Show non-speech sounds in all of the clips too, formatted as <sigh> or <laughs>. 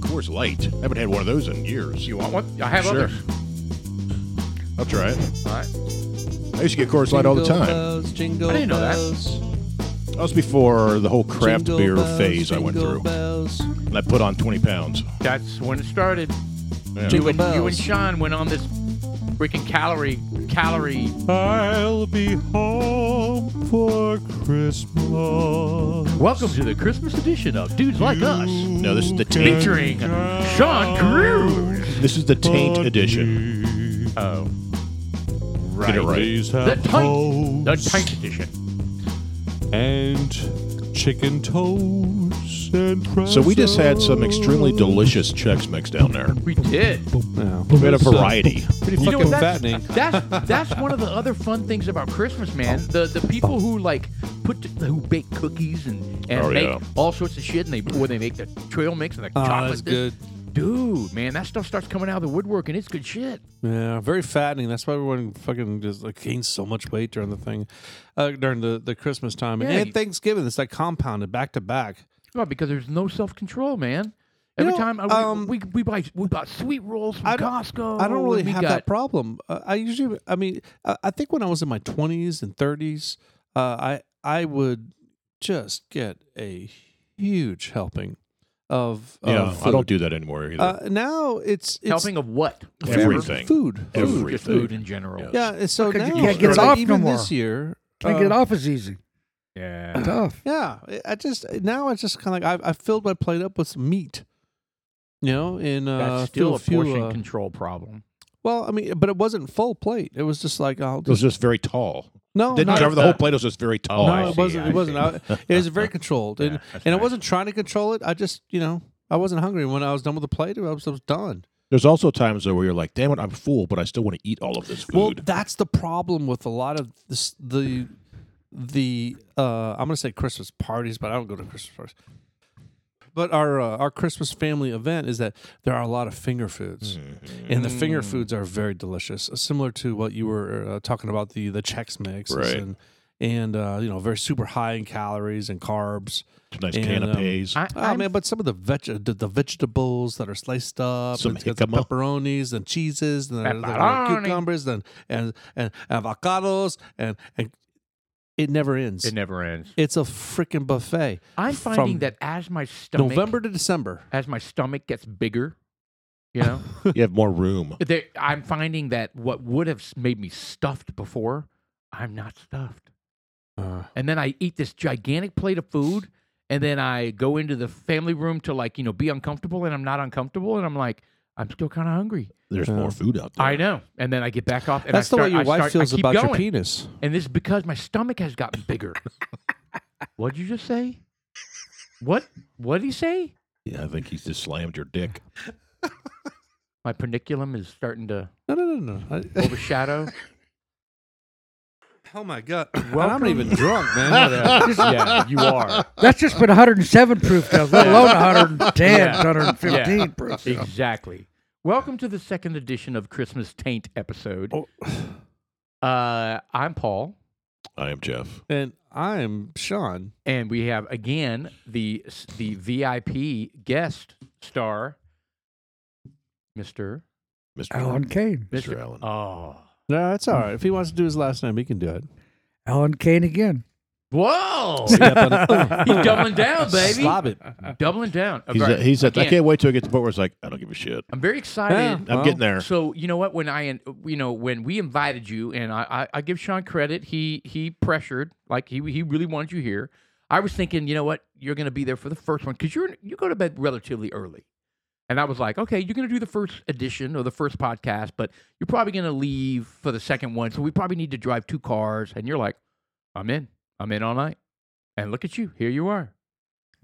Coors Light. Haven't had one of those in years. You want one? Oh, I have sure. others. I'll try it. All right. I used to get Coors Light all the Jingle time. Bells, jingle I didn't know that. bells, That was before the whole craft jingle beer bells, phase I went jingle through, Bells. and I put on 20 pounds. That's when it started. Yeah. Jingle You and, you bells. and Sean went on this freaking calorie calorie. I'll be home for Christmas. Welcome to the Christmas edition of Dudes Like Us, No, this is the taint. featuring Sean Cruz. This is the taint edition. Oh, Get it right. These the have tight, the toast tight edition. and chicken toes and pretzels. So we just had some extremely delicious Chex Mix down there. We did. We had a variety. Pretty You know, fucking that's- fattening. That's that's one of the other fun things about Christmas, man. The the people who like put t- who bake cookies and and Oh, make yeah. all sorts of shit, and they or they make the trail mix and the chocolate. Ah, that's this- dude, man. That stuff starts coming out of the woodwork, and it's good shit. Yeah, very fattening. That's why everyone fucking just like gains so much weight during the thing, uh, during the, the Christmas time Yeah, and you- Thanksgiving. It's like compounded back to back. Well, because there's no self control, man. Every know, time I, um, we, we we buy we bought sweet rolls from I don't- Costco. I don't really Oh, and we have got, that problem. Uh, I usually, I mean, I, I think when I was in my twenties and thirties, uh, I I would just get a huge helping of, of Yeah, Um, I food. don't do that anymore either. Uh, now it's, it's helping of what? food, everything. food, Every- food. Just Everything. food in general. Yeah, and so Okay, now you can't get it's it like off no even more. this year. Can't uh, get it off as easy. yeah. Tough. Yeah, I- I just now I just kind of like I, I filled my plate up with some meat, you know, and uh, That's still a few, portion uh, control problem. well, I mean, but it wasn't full plate. It was just like I'll It was just just very tall. no, Oh, Didn't no, cover the uh, whole plate. It was just very tall. No, Oh, I it see, wasn't. I It wasn't. see. I, it was very controlled, <laughs> and Yeah, that's and I nice. wasn't trying to control it. I just you know I wasn't hungry. When I was done with the plate, I was, I was done. There's also times though where you're like, "Damn it, I'm full, but I still want to eat all of this food." Well, that's the problem with a lot of this, the the uh, I'm gonna say Christmas parties, but I don't go to Christmas parties. But our uh, our Christmas family event is that there are a lot of finger foods, Mm-hmm. and the Mm. finger foods are very delicious, uh, similar to what you were uh, talking about the the Chex Mix, Right. and and uh, you know very super high in calories and carbs. some nice and, um, canapes. I, Oh I'm- man, but some of the veg the, the vegetables that are sliced up, Some it's got the jicama. pepperonis and cheeses, and the- the Pepperoni. cucumbers and and and avocados, and and it never ends. it never ends. it's a freaking buffet. I'm From finding that as my stomach November to December. as my stomach gets bigger, you <laughs> know, <laughs> you have more room. there, I'm finding that what would have s- made me stuffed before, I'm not stuffed. And then I eat this gigantic plate of food, and then I go into the family room to like you know be uncomfortable, and I'm not uncomfortable, and I'm like I'm still kind of hungry. There's more food out there. I know, and then I get back off. And That's I start, the way your I wife start- I feels keep about going. your penis. And this is because my stomach has gotten bigger. What'd you just say? What? What did he say? Yeah, I think he's just slammed your dick. My perniculum is starting to No, no, no, no. I- overshadow. oh my god! And I'm not even drunk, <laughs> man. yeah, you are. That's just been 107 proof, though, let alone 110, 115 Yeah. proof. though. Exactly. Welcome to the second edition of Christmas Taint episode. Oh, Uh, I'm Paul, I am Jeff. and I'm Sean. and we have again the the VIP guest star, Mister Mr. Alan Kane. Mr. Allen. Oh, No, that's all right. If he wants to do his last name, he can do it. Alan Kane again. whoa! <laughs> He's He's doubling down, baby. Slob it. Doubling down. He's, Okay, at, he's at, I again, can't wait till I get to the point where it's like, I don't give a shit. I'm very excited. I'm Well, getting there. So you know what? When I you know when we invited you, and I, I I give Sean credit. He he pressured like he he really wanted you here. I was thinking, you know what? You're going to be there for the first one because you're you go to bed relatively early, and I was like, okay, you're going to do the first edition or the first podcast, but you're probably going to leave for the second one, so we probably need to drive two cars. And you're like, I'm in, I'm in all night, and look at you, here you are,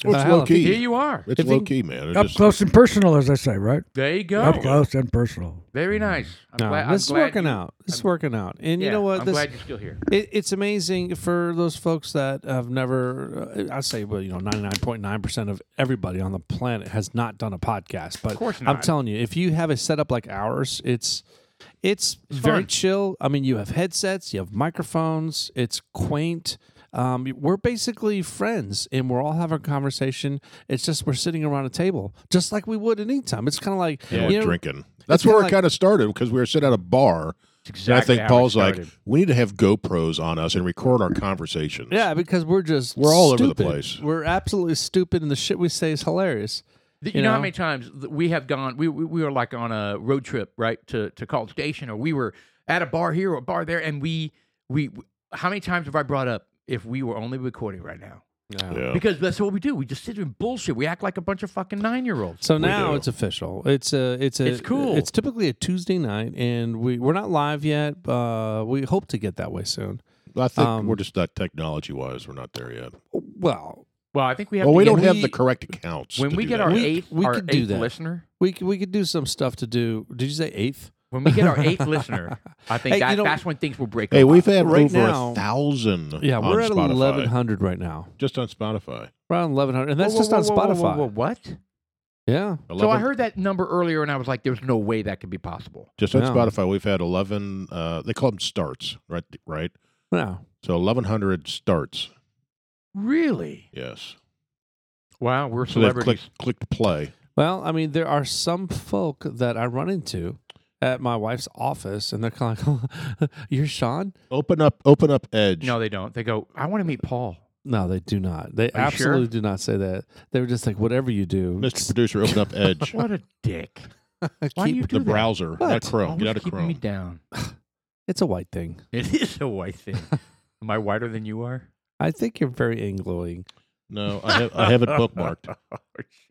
Well, it's Alan, low here key. you are. It's If he- low key, man. It's Up just- Oh, close and personal, as I say, right? There you Up go. close and personal. Very nice. I'm No, glad. I'm this is glad working you- out. This is working out. And you Yeah, know what? I'm this, glad you're still here. it, it's amazing for those folks that have never. uh, I say, well, you know, ninety nine point nine percent of everybody on the planet has not done a podcast. But course I'm not. telling you, if you have a setup like ours, it's it's very fun. chill. I mean, you have headsets, you have microphones. It's quaint. um, we're basically friends and we're all having a conversation. It's just we're sitting around a table, just like we would at any time. It's kind of like Yeah, you we're know, drinking. That's where kinda it like- kind of started because we were sitting at a bar. and I exactly think how it Paul's like, started. we need to have GoPros on us and record our conversations. Yeah, because we're just We're all over the stupid. place. We're absolutely stupid, and the shit we say is hilarious. Th- you You, know, know? how many times th- we have gone, we, we, we were like on a road trip, right, to, to College Station, or we were at a bar here or a bar there, and we, we, how many times have I brought up if we were only recording right now? Yeah. Because that's what we do. We just sit there and bullshit. We act like a bunch of fucking nine year olds. So now do. it's official. It's a it's a It's cool. It's typically a Tuesday night, and we we're not live yet. Uh, we hope to get that way soon. I think Um, we're just that technology wise, we're not there yet. Well, Well, I think we have Well, to we get- don't have we- the correct accounts. when to we do get that our yet. eighth, we our could do eighth that. listener, we could, we could do some stuff to do. Did you say eighth? when we get <laughs> our eighth listener, I think Hey, you that, know- that's when things will break Hey, up. we've had Right over now- a thousand. Yeah, on we're at Spotify. eleven hundred right now. Just on Spotify. We're on eleven hundred, and Whoa, that's whoa, just whoa, on whoa, whoa, Spotify. whoa, whoa, What? Yeah, 11, So I heard that number earlier, and I was like, "There's no way that could be possible." just on Yeah. Spotify. We've had eleven. Uh, they call them starts, right? Right. no, So eleven hundred starts. Really? Yes. Wow, we're So they've celebrities. clicked clicked play. Well, I mean, there are some folk that I run into at my wife's office, and they're kind of like, <laughs> "You're Sean." Open up. Open up Edge. No, they don't. They go, "I want to meet Paul." No, they do not. They Are you sure? absolutely do not say that. They were just like, "Whatever you do, Mr. <laughs> Producer, open up <laughs> Edge. What a dick! keep- Why do you do the that? browser, What? not Chrome. Always Get out of keeping Chrome. me down. <laughs> it's a white thing." It is a white thing. Am I whiter than you are? I think you're very angloing. No, I have I <laughs> have it bookmarked. oh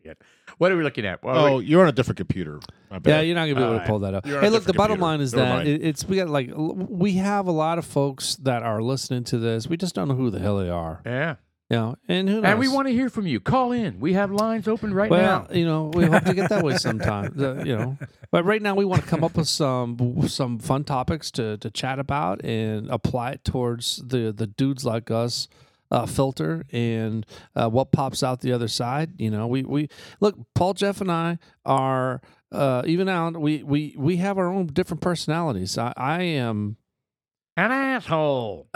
shit! What are we looking at? What are Oh, you're on a different computer. I Yeah, bet. Uh, you're not gonna be able to Alright. pull that up. You're on Hey, a look, the different bottom computer. line is Never that mind. it, it's we got like l- we have a lot of folks that are listening to this. We just don't know who the hell they are. we- yeah. You know, and who knows? And we want to hear from you. Call in. We have lines open right well, now. you know, we hope to get that <laughs> way sometime. The- you know, but right now we want to come up with some some fun topics to to chat about and apply it towards the the dudes like us uh, filter and uh, what pops out the other side. You know, we we look. Paul, Jeff, and I are uh, even out. We we we have our own different personalities. I, I <laughs> am. An asshole.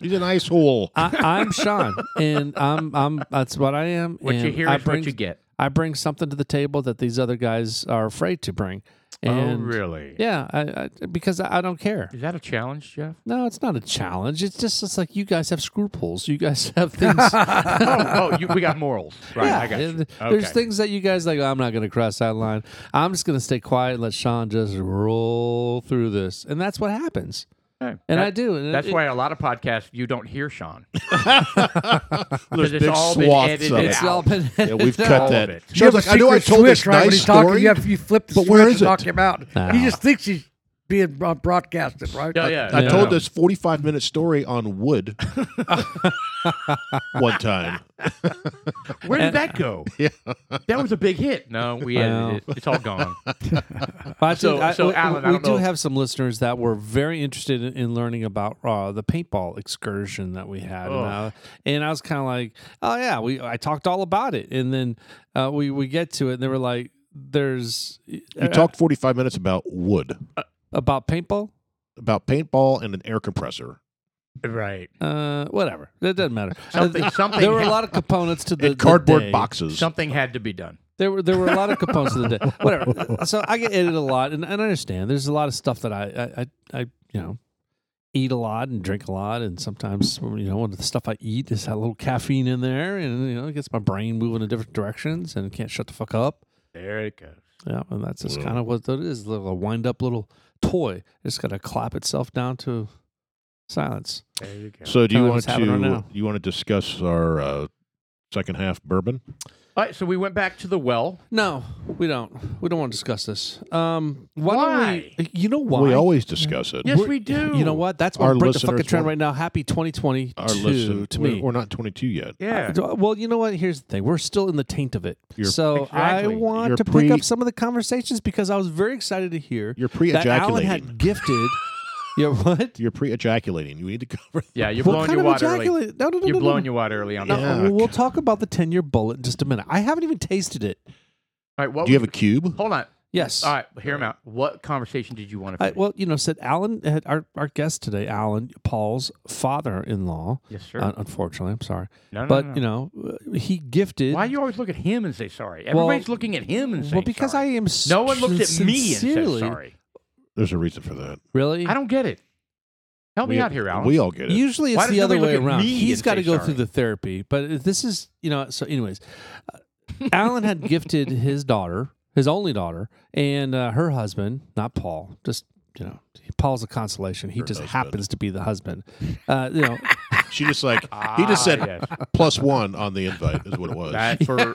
He's an ice <laughs> hole. I, I'm Sean, and I'm I'm. That's what I am. What you and hear I is bring- what you get. I bring something to the table that these other guys are afraid to bring. And oh really? Yeah, I, I, because I, I don't care. Is that a challenge, Jeff? No, it's not a challenge. It's just it's like you guys have scruples. You guys <laughs> <laughs> have things. oh, oh you, we got morals. Right. Yeah, I got you. and Okay. There's things that you guys like. I'm not going to cross that line. I'm just going to stay quiet and let Sean just roll through this, and that's what happens. Okay. And I That- do. And That's it- why a lot of podcasts you don't hear Sean. <laughs> There's it's big all been swaths edited of It's it. out. all been. Yeah, <laughs> we've No. cut All that. of it. She was like, I know I told this right, when nice he's talking, story. You, have, you flip the but switch where is and knock it? him out. Nah. He just thinks he's being broad- broadcasted, right? Yeah, yeah. I Yeah. told this 45 minute story on wood <laughs> one time. Where did that go? <laughs> Yeah. That was a big hit. No, we edited Wow. it. It's all gone. But I So- think I- so, we, Alan, I we don't do know. have some listeners that were very interested in, in learning about uh, the paintball excursion that we had, and Oh. I, and I was kind of like, "Oh yeah, we I talked all about it," and then uh, we we get to it, and they were like, "There's uh, You talked 45 minutes about wood, about paintball." about paintball and an air compressor. <laughs> Right. Uh, whatever, that doesn't matter. <laughs> Something. Something. there were a had, lot of <laughs> components to the and the cardboard day. boxes. Something had to be done. There were there were a lot of components to <laughs> the day. Whatever. So I get edited a lot, and, and I understand. There's a lot of stuff that I I, I I you know eat a lot and drink a lot, and sometimes you know one of the stuff I eat is a little caffeine in there, and you know it gets my brain moving in different directions, and can't shut the fuck up. There it goes. Yeah, and that's just Yeah. kind of what that is. A little wind up little toy. It's got to clap itself down to silence. There you go. So do you Kinda want what's happening right to now. you want to discuss our uh, second half bourbon? all right. So we went back to the well. No, we don't. We don't want to discuss this. Um, why? Don't we, you know why? We always discuss it. Yes, we do. You know what? That's what Our break the fucking listeners trend want- right now. Happy 2022 Our listen, to we're, me. we're not 22 yet. Yeah. Uh, Well, you know what? Here's the thing. We're still in the taint of it. You're- so I Exactly. want You're to pre- pick up some of the conversations because I was very excited to hear You're that Alan pre-ejaculating. <laughs> had gifted. yeah, what? You're pre-ejaculating. You need to <laughs> cover. That. Yeah. You're What blowing kind your of water early. ejaculate? No, no, no, You're no, blowing no. your water early on. No, that. Yeah. we'll- We'll talk about the 10 year bullet in just a minute. I haven't even tasted it. All right. What Do you have a cube? Hold on. Yes. All right, hear him out. What conversation did you want to? I, finish? well, you know, said Alan, had our, our guest today, Alan, Paul's father in law. yes, sir. unfortunately, I'm sorry. no, no, but, no, no. you know, uh, he gifted. why you always look at him and say sorry? Well- Everybody's looking at him and saying Well, because sorry. I am. s- No one looked at me and said sincerely- sorry. There's a reason for that. Really? I don't get it. Help we, me out here, Alan. We all get it. Usually it's Why does the other nobody way look at around. me He's and got to say go sorry? through the therapy, but this is you know. So, anyways, uh, Alan had <laughs> gifted his daughter, his only daughter, and uh, her husband, not Paul. Just you know, Paul's a consolation. He Her just husband. happens to be the husband. Uh, you know, she just <laughs> like he just said Ah, yes. plus one on the invite is what it was. that <laughs> for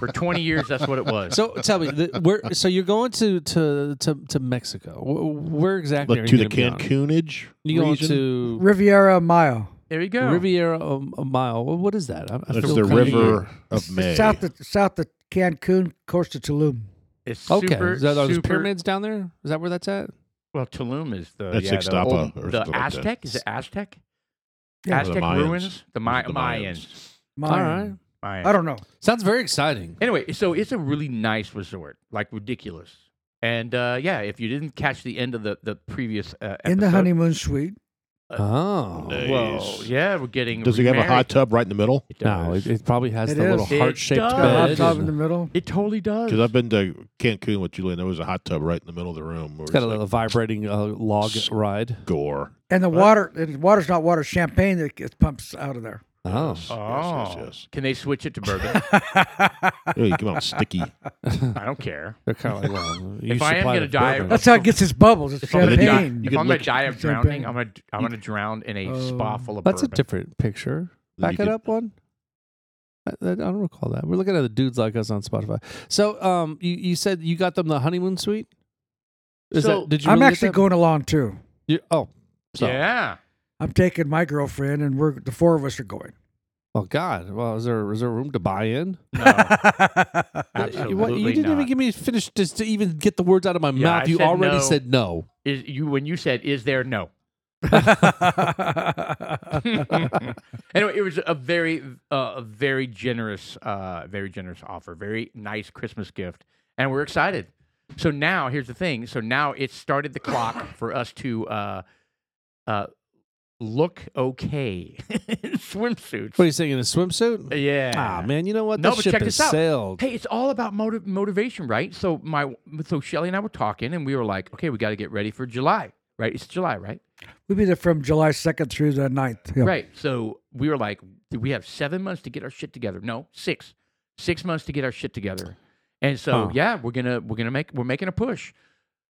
for twenty years. That's what it was. so tell me, the, where? So you're going to to to, to Mexico? Wh- Where exactly like are to you the gonna be on? Cancunage You going region? to Riviera Mayo. there you go. Riviera um, Mile? Wh- What is that? I, I It's feel the kinda river It's of May. South of, south of Cancun, Costa Tulum. It's Okay, super, Is that- are those super- pyramids down there? Is that where that's at? Well, Tulum is the That's yeah, the, Ixtapa old, or the something like that. Aztec. is it Aztec? Yeah. Or the Aztec Mayans. ruins. The, Ma- The Mayans. Mayans. Mayo. All right. Mayans. I don't know. Sounds very exciting. Anyway, so it's a really nice resort, like ridiculous. And uh, yeah, if you didn't catch the end of the the previous uh, episode, In the honeymoon suite. Oh. Nice. Well, yeah, we're getting. Does it have a hot remarried. tub right in the middle? It No, does. it, it probably has It the little is. It heart shaped does. Got a hot bed. tub in and- the middle. It totally does. Because I've been to Cancun with Julie, and there was a hot tub right in the middle of the room. where It's got a it's little like vibrating uh, log ride. gore. And the water, the water's not water, champagne that gets pumps out of there. Oh. <laughs> Yes, Oh, yes, yes, can they switch it to bourbon? yes. Ew, you come out sticky. I don't care. They're kind of like, well, you If I am supply gonna the die- bourbon. That's how it gets its bubbles. It's I'm gonna then you- die, champagne. you if can I'm gonna lick- die of Champagne. drowning, I'm gonna I'm gonna drown in a spa Oh. full of That's a bourbon. different picture. Then Back you it could- up one. I, I don't recall that. We're looking at the dudes like us on Spotify. So, um, you, you said you got them the honeymoon suite. Is So, that, did you? I'm really get actually that? going along too. You, oh, so. Yeah. I'm taking my girlfriend, and we're the four of us are going. Oh God. Well, is there is there room to buy in? <laughs> No. You- what- Absolutely you didn't even not. give me finish just to even get the words out of my Yeah, mouth. I you said already no. said no. Is you when you said is there no? <laughs> anyway, it was a very, uh, a very generous, uh, very generous offer. Very nice Christmas gift, and we're excited. So now, here's the thing. So now it started the <laughs> clock for us to uh, uh, look okay <laughs> in swimsuits. What are you saying in a swimsuit? Yeah. Ah, man, you know what? No, That but ship check has this out. sailed. Hey, it's all about motiv- motivation, right? So my, so Shelly and I were talking, and we were like, okay, we got to get ready for July, right? It's July, right? We'll be there from July 2nd through the 9th. Yeah. Right. So we were like, "Do we have seven months to get our shit together. No, six, six months to get our shit together. And so, Huh. yeah, we're gonna we're gonna make we're making a push.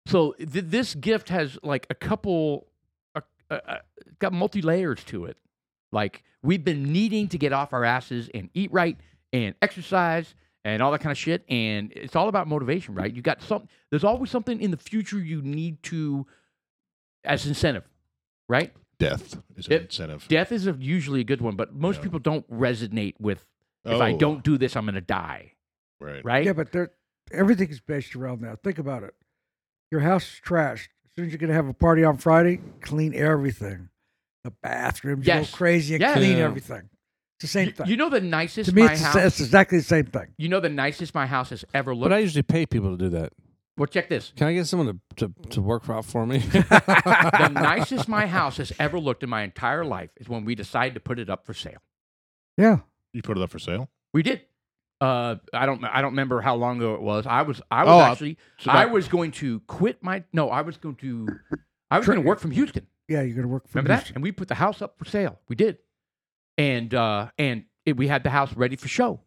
So th- this gift has like a couple, a, a, a, got multi layers to it. Like we've been needing to get off our asses and eat right and exercise and all that kind of shit. And it's all about motivation, right? You got some. There's always something in the future you need to, as incentive, right? Death is an Yep. incentive. Death is a, usually a good one, but most Yeah. people don't resonate with if I Oh, don't do this, I'm going to die. Right. Right? Yeah, but there, everything's based around that. Think about it. Your house is trashed. As soon as you're going to have a party on Friday, clean everything. The bathrooms, you Yes. go crazy and Yes. clean Yeah. everything. It's the same You- thing. you know the nicest to me, my it's, the house. sa- it's exactly the same thing. you know the nicest my house has ever looked. But I usually pay people to do that. well, check <laughs> this. Can I get someone to, to, to work out <laughs> for me? <laughs> The nicest my house has ever looked in my entire life is when we decided to put it up for sale. Yeah. You put it up for sale. We did. Uh, I don't. I don't remember how long ago it was. I was. I was Oh, I- actually. So I that- was going to quit my. No, I was going to. I was going to work from Houston. Yeah, you're going to work for Remember that? And we put the house up for sale. We did, and uh, and it, we had the house ready for show.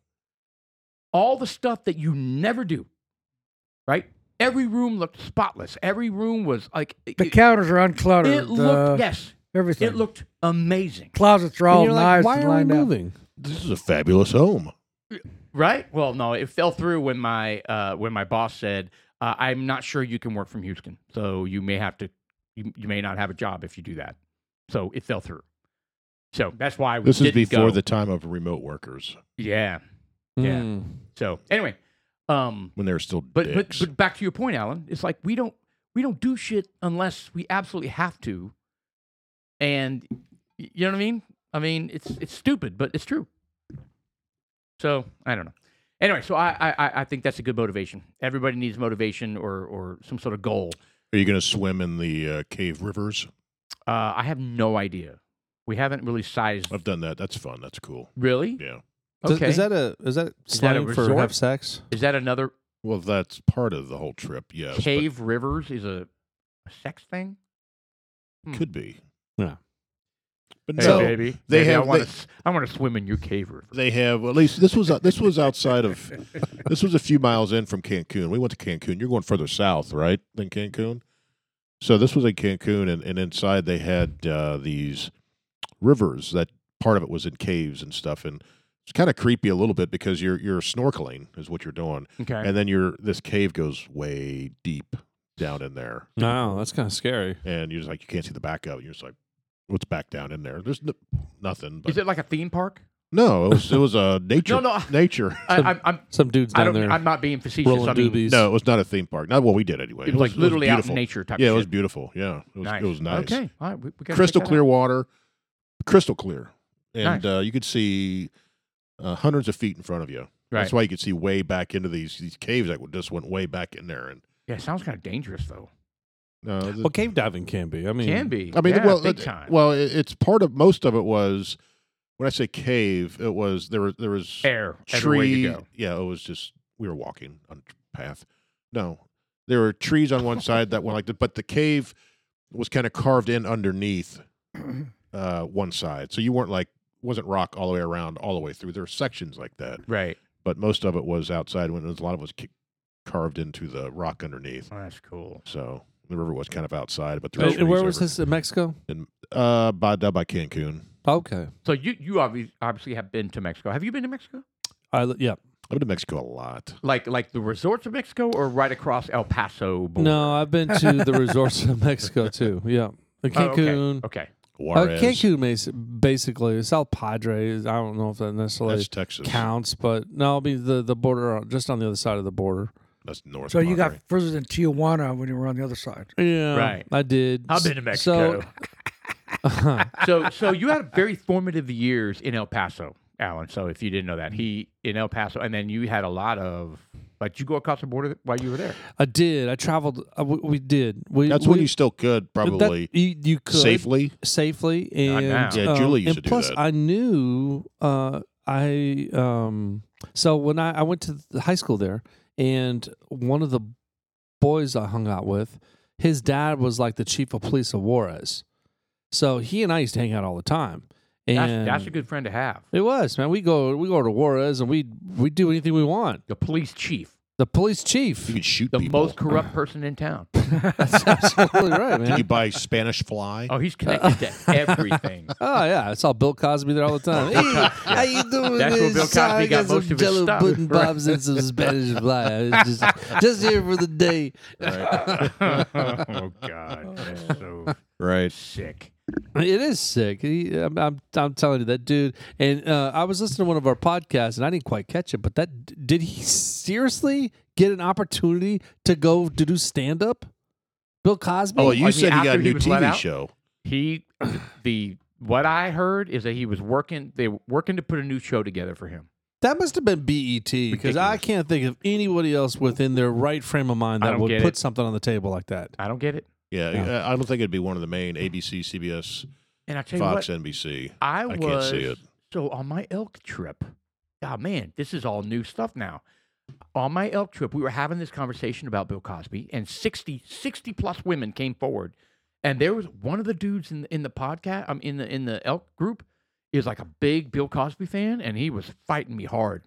All the stuff that you never do, right? Every room looked spotless. Every room was like it, The counters are uncluttered. it looked. uh, yes, everything. it looked amazing. Closets are And all you're like, knives why and are we lined up. moving? This is a fabulous home. Right? Well, no, it fell through when my uh, when my boss said, uh, "I'm not sure you can work from Houston, so you may have to, you, you may not have a job if you do that." So it fell through. So that's why we. This is didn't before go. the time of remote workers Yeah. Yeah. Hmm. So anyway, um, when they were still but, but dicks. but back to your point, Alan. It's like we don't we don't do shit unless we absolutely have to, and y- you know what I mean. I mean it's it's stupid, but it's true. So I don't know. Anyway, so I, I- I I think that's a good motivation. Everybody needs motivation or or some sort of goal. Are you going to swim in the uh, cave rivers? Uh, I have no idea. We haven't really sized. I've done that. That's fun. That's cool. Really? Yeah. Does- Okay. Is that a is that Is that a slang for resort? have sex? Is that another Well, that's part of the whole trip. Yes. but cave rivers is a, a sex thing? hmm. could be. Yeah. But Hey, no, baby. they baby, I have- want they- to I want to swim in your cave river. they have at least this was uh, this was outside of this was a few miles in from Cancun. We went to Cancun. You're going further south, right, than Cancun. So this was in Cancun, and, and inside they had uh, these rivers. That part of it was in caves and stuff, and it's kind of creepy a little bit because you're you're snorkeling is what you're doing, Okay. and then you're this cave goes way deep down in there, No, that's kind of scary. and you're just like you can't see the back of it. You're just like, what's back down in there? There's no, nothing. But is it like a theme park? no, it was it was a nature <laughs> No, no. <laughs> nature. I, I'm, I'm, Some dudes I down don't. there I'm not being facetious. rolling I mean, doobies. No, it was not a theme park. Not what we did anyway. it was like literally out in beautiful. nature type. Yeah, of it was shit. beautiful. Yeah, it was, nice. it was nice. Okay. All right. We, we gotta check Crystal that out. clear water, crystal clear, and Nice. uh, you could see uh, hundreds of feet in front of you. Right. That's why you could see way back into these these caves that would- just went way back in there. And Yeah, it sounds kind of dangerous though. uh, the- Well, cave diving can be. I mean, Can be. I mean, yeah, well, big it- time. well, it, it's part of most of it was when I say cave, it was there was there was air everywhere tree. you go. Yeah, it was just we were walking on a path. No, there were trees on one side that were like, the, but the cave was kind of carved in underneath uh, one side, so you weren't like wasn't rock all the way around, all the way through. There were sections like that, Right. but most of it was outside. When it was, a lot of it was ki- carved into the rock underneath, Oh, that's cool. so the river was kind of outside. But there were Uh, And- and Oh, where trees was over- this in Mexico? Uh, by down by Cancun. Okay, So you you obviously obviously have been to Mexico. Have you been to Mexico? I yeah. I've been to Mexico a lot. Like like the resorts of Mexico or right across El Paso? border? No, I've been to <laughs> the resorts of Mexico too. Yeah, in Oh, okay, Cancun. okay. Uh, Juarez, Cancun, basi- basically, South Padres. I don't know if that necessarily that's Texas. counts, but no, I'll be the the border, uh, just on the other side of the border. That's North. so you got Monterey. further than Tijuana when you were on the other side. Yeah, Right. I did. I've been to Mexico. So, So so you had very formative years in El Paso, Alan. So if you didn't know that, he in El Paso, and then you had a lot of. Like, did you go across the border while you were there? I did. I traveled. Uh, we, we did. We, That's we, when you still could that- probably you, you could safely. safely and now. Yeah, Julie um, used and to do plus that. I knew uh, I um, so when I, I went to the high school there and one of the boys I hung out with, his dad was like the chief of police of Juarez. So he and I used to hang out all the time. And That's, that's a good friend to have. it was, man. We go we go to Juarez and we we do anything we want. The police chief, The police You chief. could shoot the people. most corrupt person in town. <laughs> That's absolutely right, Did you man. buy Spanish <laughs> Fly? Oh, he's connected to everything. Oh yeah, I saw Bill Cosby there all <laughs> the time. Hey, how you doing? That's where Bill Sorry, Cosby I got some most of his Jell-O stuff. pudding Right. pops <laughs> and some Spanish fly. I was Just, just here for the day. Right. oh God, that's so <laughs> right. sick. It is sick. He, I'm, I'm, I'm telling you, that dude. And uh, I was listening to one of our podcasts, and I didn't quite catch it. But that did he seriously get an opportunity to go to do stand up? Bill Cosby. Oh, you mean, said he got after a he new was let TV out? show. He, the what I heard is that he was working. They were working to put a new show together for him. That must have been BET because I Ridiculous. can't think of anybody else within their right frame of mind I that don't would get put it. something on the table like that. I don't get it. Yeah, Yeah. uh, I don't think it'd be one of the main ABC, CBS, And I tell you Fox, what, <laughs> NBC. I I was can't see it. so on my elk trip. God, man, this is all new stuff now. On my elk trip, we were having this conversation about Bill Cosby, and 60, 60 plus women came forward, and there was one of the dudes in the, in the podcast, I'm in the in the elk group, is like a big Bill Cosby fan, and he was fighting me hard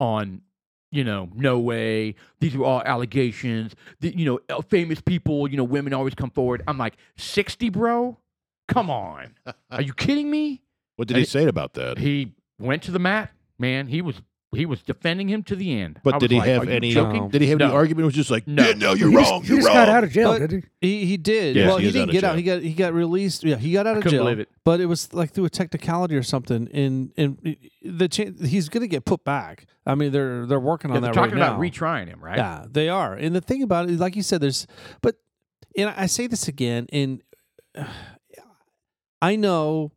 on, you know, no way. These were all allegations. The, you know, el- famous people, you know, women always come forward. I'm like, 60, bro? Come on. Are you kidding me? What did he And- say about that? He went to the mat, man. He was he was defending him to the end. But I did was he like, have "Are you any- joking?" No. did he have any No. argument? It was just like, No. yeah, no, you're He just- wrong. he you're just wrong. got out of jail, But- didn't he? He he did. Yes, well, he he, is out didn't of get jail. out. He got he got released. Yeah, he got out of couldn't jail. believe it. But it was like through a technicality or something. And and the chan he's going to get put back. I mean, they're they're working Yeah, on they're that talking right about now. retrying him, right? Yeah, they are. And the thing about it, like you said, there's, but, and I say this again, and I know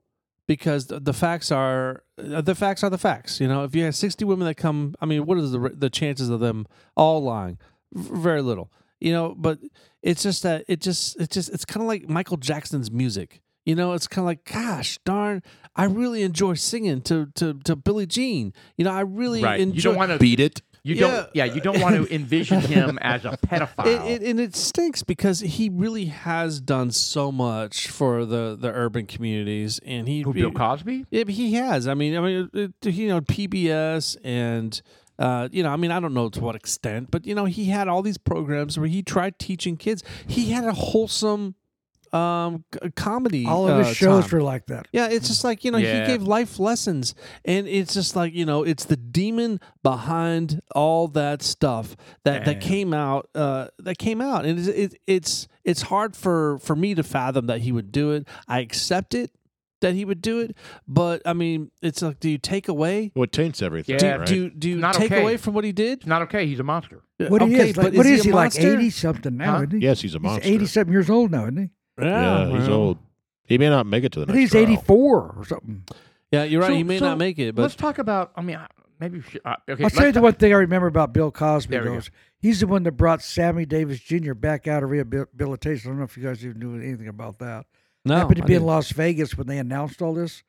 because the, the facts are uh, the facts are the facts. You know, if you have sixty women that come, I mean, what is the r- the chances of them all lying? V- Very little. You know, but it's just that it just it's just it's kind of like Michael Jackson's music. You know, it's kind of like, gosh darn, I really enjoy singing to to to Billie Jean. You know, I really Right. enjoy. You don't want to Beat it. You don't. Yeah. Yeah, you don't want to envision him as a pedophile. It, it, and it stinks because he really has done so much for the, the urban communities, and he Who, Bill Cosby? Yeah, but he has. I mean, I mean, it, it- you know, PBS and uh, you know, I mean, I don't know to what extent, but you know, he had all these programs where he tried teaching kids. He had a wholesome um, c- comedy. All of his uh, shows time. were like that. Yeah, it's just like, you know, Yeah. he gave life lessons. And it's just like, you know, it's the demon behind all that stuff that, that Damn. came out. Uh, that came out. And it's, it, it's, it's hard for, for me to fathom that he would do it. I accept it that he would do it. But, I mean, it's like, do you take away? Well, it taints everything, Yeah. right? Do, you- do you Not take okay. away from what he did? It's not okay. He's a monster. What he Okay, is, like, but what is is, he he, a like? monster? Eighty something now, Huh? isn't he? yes, he's a he's monster. eighty-seven years old now, isn't he? Yeah, he's well. old. He may not make it to the next. I think he's trial. eighty-four or something. Yeah, you're right. So- he may so not make it, but let's talk about. I mean, I- maybe. we should- uh, okay, I'll let's tell you the talk- one thing I remember about Bill Cosby There we though, go. is he's the one that brought Sammy Davis Jr. back out of rehabilitation. I don't know if you guys even knew anything about that. no. happened to I be in didn't. Las Vegas when they announced all this,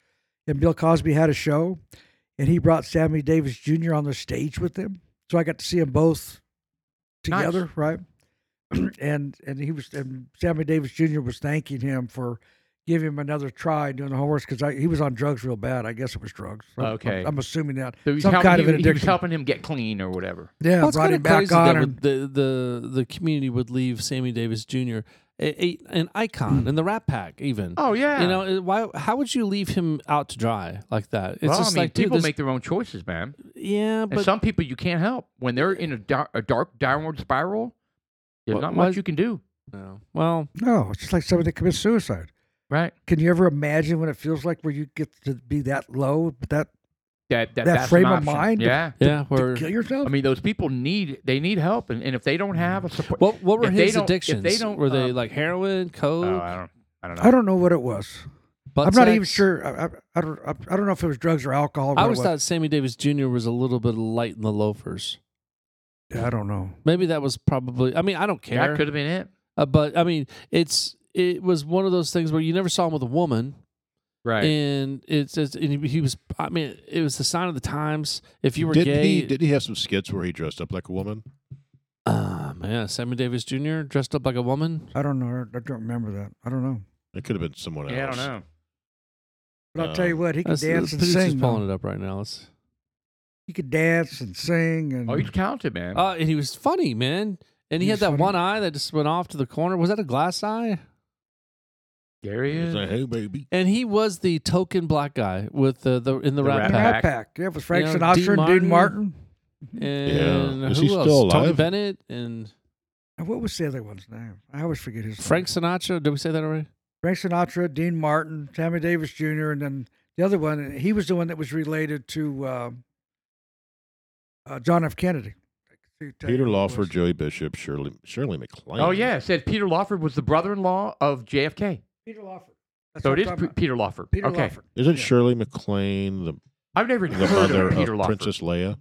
and Bill Cosby had a show, and he brought Sammy Davis Jr. on the stage with him. So I got to see them both Nice. together, right? <clears throat> and and he was and Sammy Davis Jr. was thanking him for giving him another try doing the horse because he was on drugs real bad. I guess it was drugs. I'm- I'm- Okay. I'm, assuming that So he's some helping- kind of he- an he was addiction. helping him get clean or whatever. yeah, Well, it's brought kind him of back crazy on. that And, would- the, the the community would leave Sammy Davis Jr. A, a, an Hmm. icon in the Rat Pack, even. Oh yeah. You know why? How would you leave him out to dry like that? It's well, just I mean, like dude, people this- make their own choices, man. yeah, And but some people you can't help when they're in a, dar- a dark downward spiral. There's Wha- not why much is- you can do, No. well, no, it's just like somebody that commits suicide. right? Can you ever imagine what it feels like where you get to be that low, that That that, That that's an frame of option. mind? Yeah. yeah. to Where kill yourself? I mean, those people need they need help, and, and if they don't have a support, what what were if they his don't- if addictions? they don't, were they um, like heroin, oh, coke? I don't, I don't know. I don't know what it was. butt I'm not sex? even sure. I, I, I don't. I, I don't know if it was drugs or alcohol. I what it always was. thought Sammy Davis Jr. was a little bit light in the loafers. Yeah, I don't know. Maybe that was probably. I mean, I don't care. that could have been it, Uh, but I mean, it's it was one of those things where you never saw him with a woman. right? and it's, it's and he- he was. I mean, it was the sign of the times. If you were Didn't gay, he? Did he have some skits where he dressed up like a woman? Ah, man, Sammy Davis Jr. dressed up like a woman. I don't know. I don't remember that. I don't know. It could have been someone yeah, I else. don't know. But I'll tell you Um, what, he could That's- dance the and producer's sing. pulling though. it up right now. Let's- He could dance and sing, and Oh, he's talented, man. Uh, and he was funny, man. And he He's had that funny. one eye that just went off to the corner. Was that a glass eye? there he He was is. like, hey, baby. And he was the token black guy with the, the in the, The rat And Rat pack. Rat Pack. Yeah, it was Frank You know, Sinatra Dean and Martin. Dean Martin. And Yeah. who Is he else? still Tony alive? Bennett and And what was the other one's name? I always forget his. name. Frank Sinatra. Did we say that already? Frank Sinatra, Dean Martin, Sammy Davis Jr., and then the other one. and He was the one that was related to uh, uh, John F. Kennedy. I could tell you Peter who it Lawford, was. Joey Bishop, Shirley Shirley MacLaine. Oh yeah, it said Peter Lawford was the brother-in-law of JFK. Peter Lawford. That's so what it I'm is talking P- about. Peter Lawford. Peter okay. Lawford. Isn't Yeah. Shirley MacLaine the, I've never even the heard mother of of Peter Lawford. Princess Leia?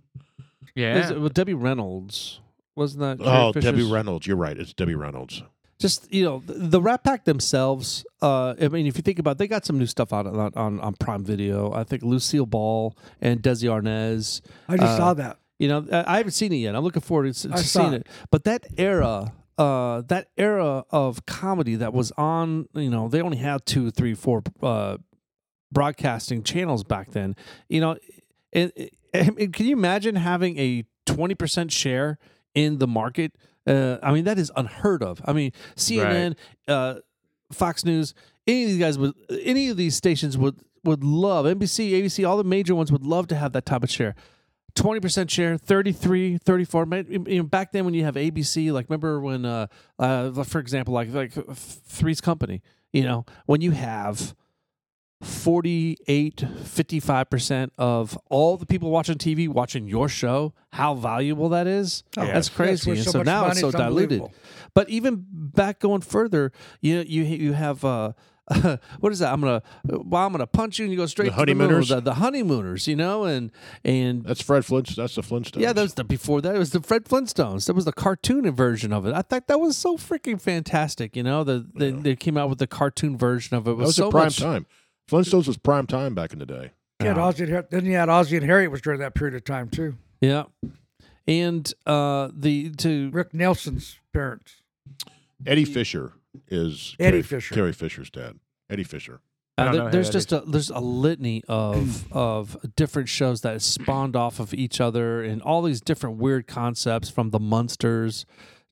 Yeah. Is it- well, Debbie Reynolds wasn't that? Carrie Oh, Debbie Fisher's- Reynolds. You're right. It's Debbie Reynolds. just you know the, the Rat Pack themselves. Uh, I mean, if you think about, it, they got some new stuff out on, on on Prime Video. I think Lucille Ball and Desi Arnaz. I just Uh, saw that. You know, I I haven't seen it yet. I'm looking forward to, s- I to saw seeing it. But that era, uh, that era of comedy that was on, you know, they only had two, three, four uh, broadcasting channels back then. You know, and, <laughs> and can you imagine having a 20% share in the market? Uh, I mean, that is unheard of. I mean, CNN, uh, Fox News, any of these guys would, any of these stations would would love NBC, ABC, all the major ones would love to have that type of share. 20% share, 33, 34. ma- You know, back then when you have ABC, like remember when uh, uh for example like like uh, Three's Company, you know, when you have 48 55% of all the people watching TV watching your show, how valuable that is. Oh, That's yeah. crazy. With and so so much now money, it's so it's diluted. unbelievable. But even back going further, you you you have uh, <laughs> what is that? I'm gonna, well, I'm gonna punch you, and you go straight to the moon. honeymooners? the, the honeymooners, you know, and and That's Fred Flintstone. That's the Flintstones. yeah, that was the before that. It was the Fred Flintstones. That was the cartoon version of it. I thought that was so freaking fantastic. You know, the, the they came out with the cartoon version of it. It That was so a prime much, time. Flintstones was prime time back in the day. He had Ozzy and Har- then you had Ozzy and Harriet was during that period of time too. Yeah, and uh, the to Rick Nelson's parents. Eddie Fisher is Eddie Carrie- Fisher. Carrie Fisher's dad. Eddie Fisher. I Uh, don't there- know who there's that just a there's a litany of of different shows that spawned off of each other and all these different weird concepts from the Munsters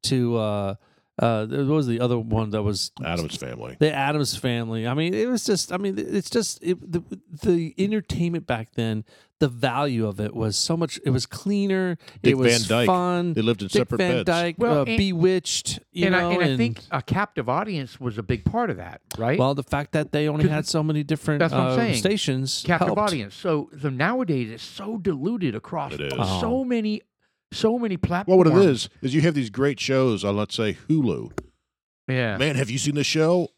to uh uh there was the other one that was Adam's family. the Adams family. I mean, it was just I mean, it's just it, the the entertainment back then, the value of it was so much it was cleaner, Dick it was Van Dyke. fun. They lived in Dick separate Van beds. Dyke, Well, uh, and- Bewitched, you and, know, I, and, I think a captive audience was a big part of that, right? well, the fact that they only had so many different That's what I'm uh, saying. stations captive helped. audience. So, so nowadays it's so diluted across It is. Oh. so many, so many Well, platforms. what it is is you have these great shows on, let's say, Hulu. yeah. Man, have you seen the show?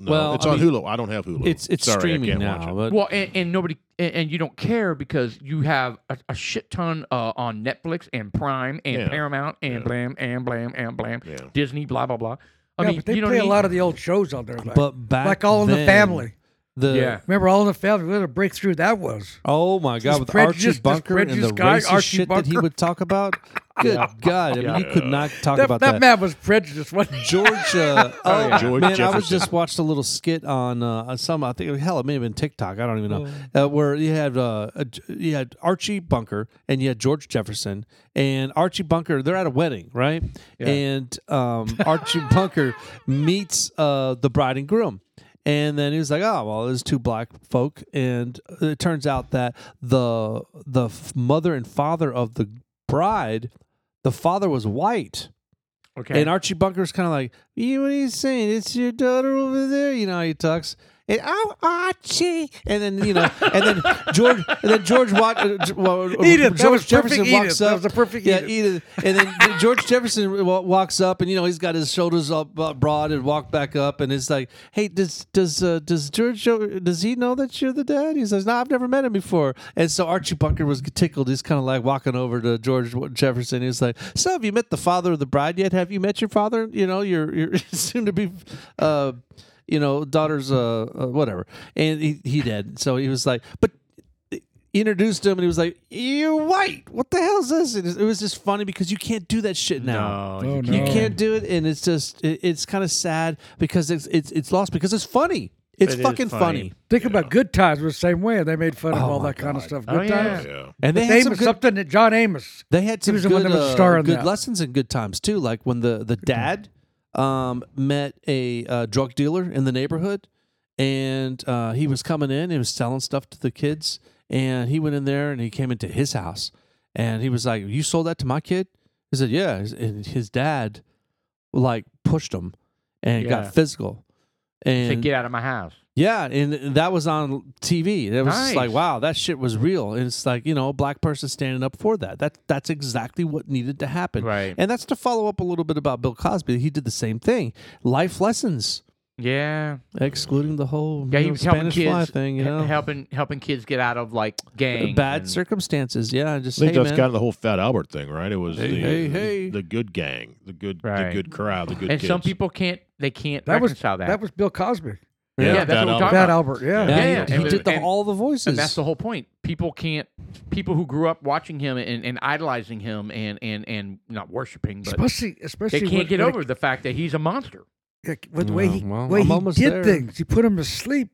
No, Well, it's I on mean, Hulu. I don't have Hulu. It's it's Sorry, I streaming can't watch now. it. But Well, and, and nobody, and, and you don't care because you have a, a shit ton uh, on Netflix and Prime and Yeah. Paramount and Yeah. blam and blam and blam, Yeah. Disney, blah blah blah. I yeah, mean, but they you know play what I a mean? lot of the old shows on there. Like, but back like All in the then, Family. The Yeah. Remember All in the Family? What a breakthrough that was. oh my god, This with prejudice- Archie this Bunker and the prejudiced guy, racist Archie shit that he Bunker. would <laughs> talk about. Good god, I mean, you could not talk That, about that that. man was prejudiced. Wasn't <laughs> he? Georgia, oh, yeah. George man, I was Jefferson. just watched a little skit on uh, on some. I think hell, it may have been TikTok. I don't even know Oh. uh, where you had uh, a, you had Archie Bunker and you had George Jefferson and Archie Bunker. They're at a wedding, right? And um, Archie <laughs> Bunker meets uh, the bride and groom. And then he was like, "Oh well, there's two black folk," and it turns out that the the f- mother and father of the bride, the father was white. okay. And Archie Bunker's kind of like, you, what are you saying? It's your daughter over there. You know how he talks. And I'm Archie. And then, you know, and then George, and then George, wa- uh, Ge- well, uh, Edith, that George was perfect Jefferson walks Edith. That up. was the perfect yeah, Edith. Edith. And then the- George Jefferson wa- walks up and, you know, he's got his shoulders up uh, broad and walked back up. And it's like, hey, does, does, uh, does George, Jo- does he know that you're the dad? He says, no, I've never met him before. And so Archie Bunker was tickled. He's kind of like walking over to George Jefferson. He's like, so have you met the father of the bride yet? Have you met your father? You know, your, your <laughs> soon to be, uh, you know, daughter's, uh, uh, whatever. And he, he did. So he was like, but introduced him and he was like, You're white. What the hell is this? And it was just funny because you can't do that shit now. no, Oh, you no. You can't. can't do it. And it's just, it, it's kind of sad because it's, it's, it's lost because it's funny. It's It is fucking funny. funny. Think about Good Times was the same way. They made fun of Oh, all my that kind of stuff. Good Oh, yeah. Times. Yeah. And they had some Amos, good, something that John Amos. they had some was the good, one that was uh, starring good that. lessons and good times too. Like when the, the dad um, met a uh, drug dealer in the neighborhood and uh, he was coming in and was selling stuff to the kids. And he went in there and he came into his house and he was like, You sold that to my kid? He said, Yeah. And his dad like pushed him and Yeah. got physical. Say, And get out of my house. yeah, and that was on TV. It was just like, Nice. wow, that shit was real. And it's like, you know, a black person standing up for that. That that's exactly what needed to happen. Right. And that's to follow up a little bit about Bill Cosby. He did the same thing. Life lessons, Yeah. excluding the whole Yeah, you he know, was helping Spanish fly kids, thing, you he- know, helping helping kids get out of like gangs. bad and- circumstances. Yeah, just I think hey, that's man. kind of the whole Fat Albert thing, right? It was Hey, the, hey, hey. the good gang, the good, the Right. good crowd, the good. And kids. some people can't. They can't That was reconcile that. That was Bill Cosby. yeah, Yeah, that's Fat what we're Albert. talking Fat about. Albert. Yeah. Yeah. yeah, Yeah, he, and- he did the, and- all the voices. And that's the whole point. People can't. People who grew up watching him and, and idolizing him and and and not worshiping, but Especially, especially they when- can't get when over the fact that he's a monster. it- with the way he, Yeah, well, way I'm he almost did there. things. He put him to sleep.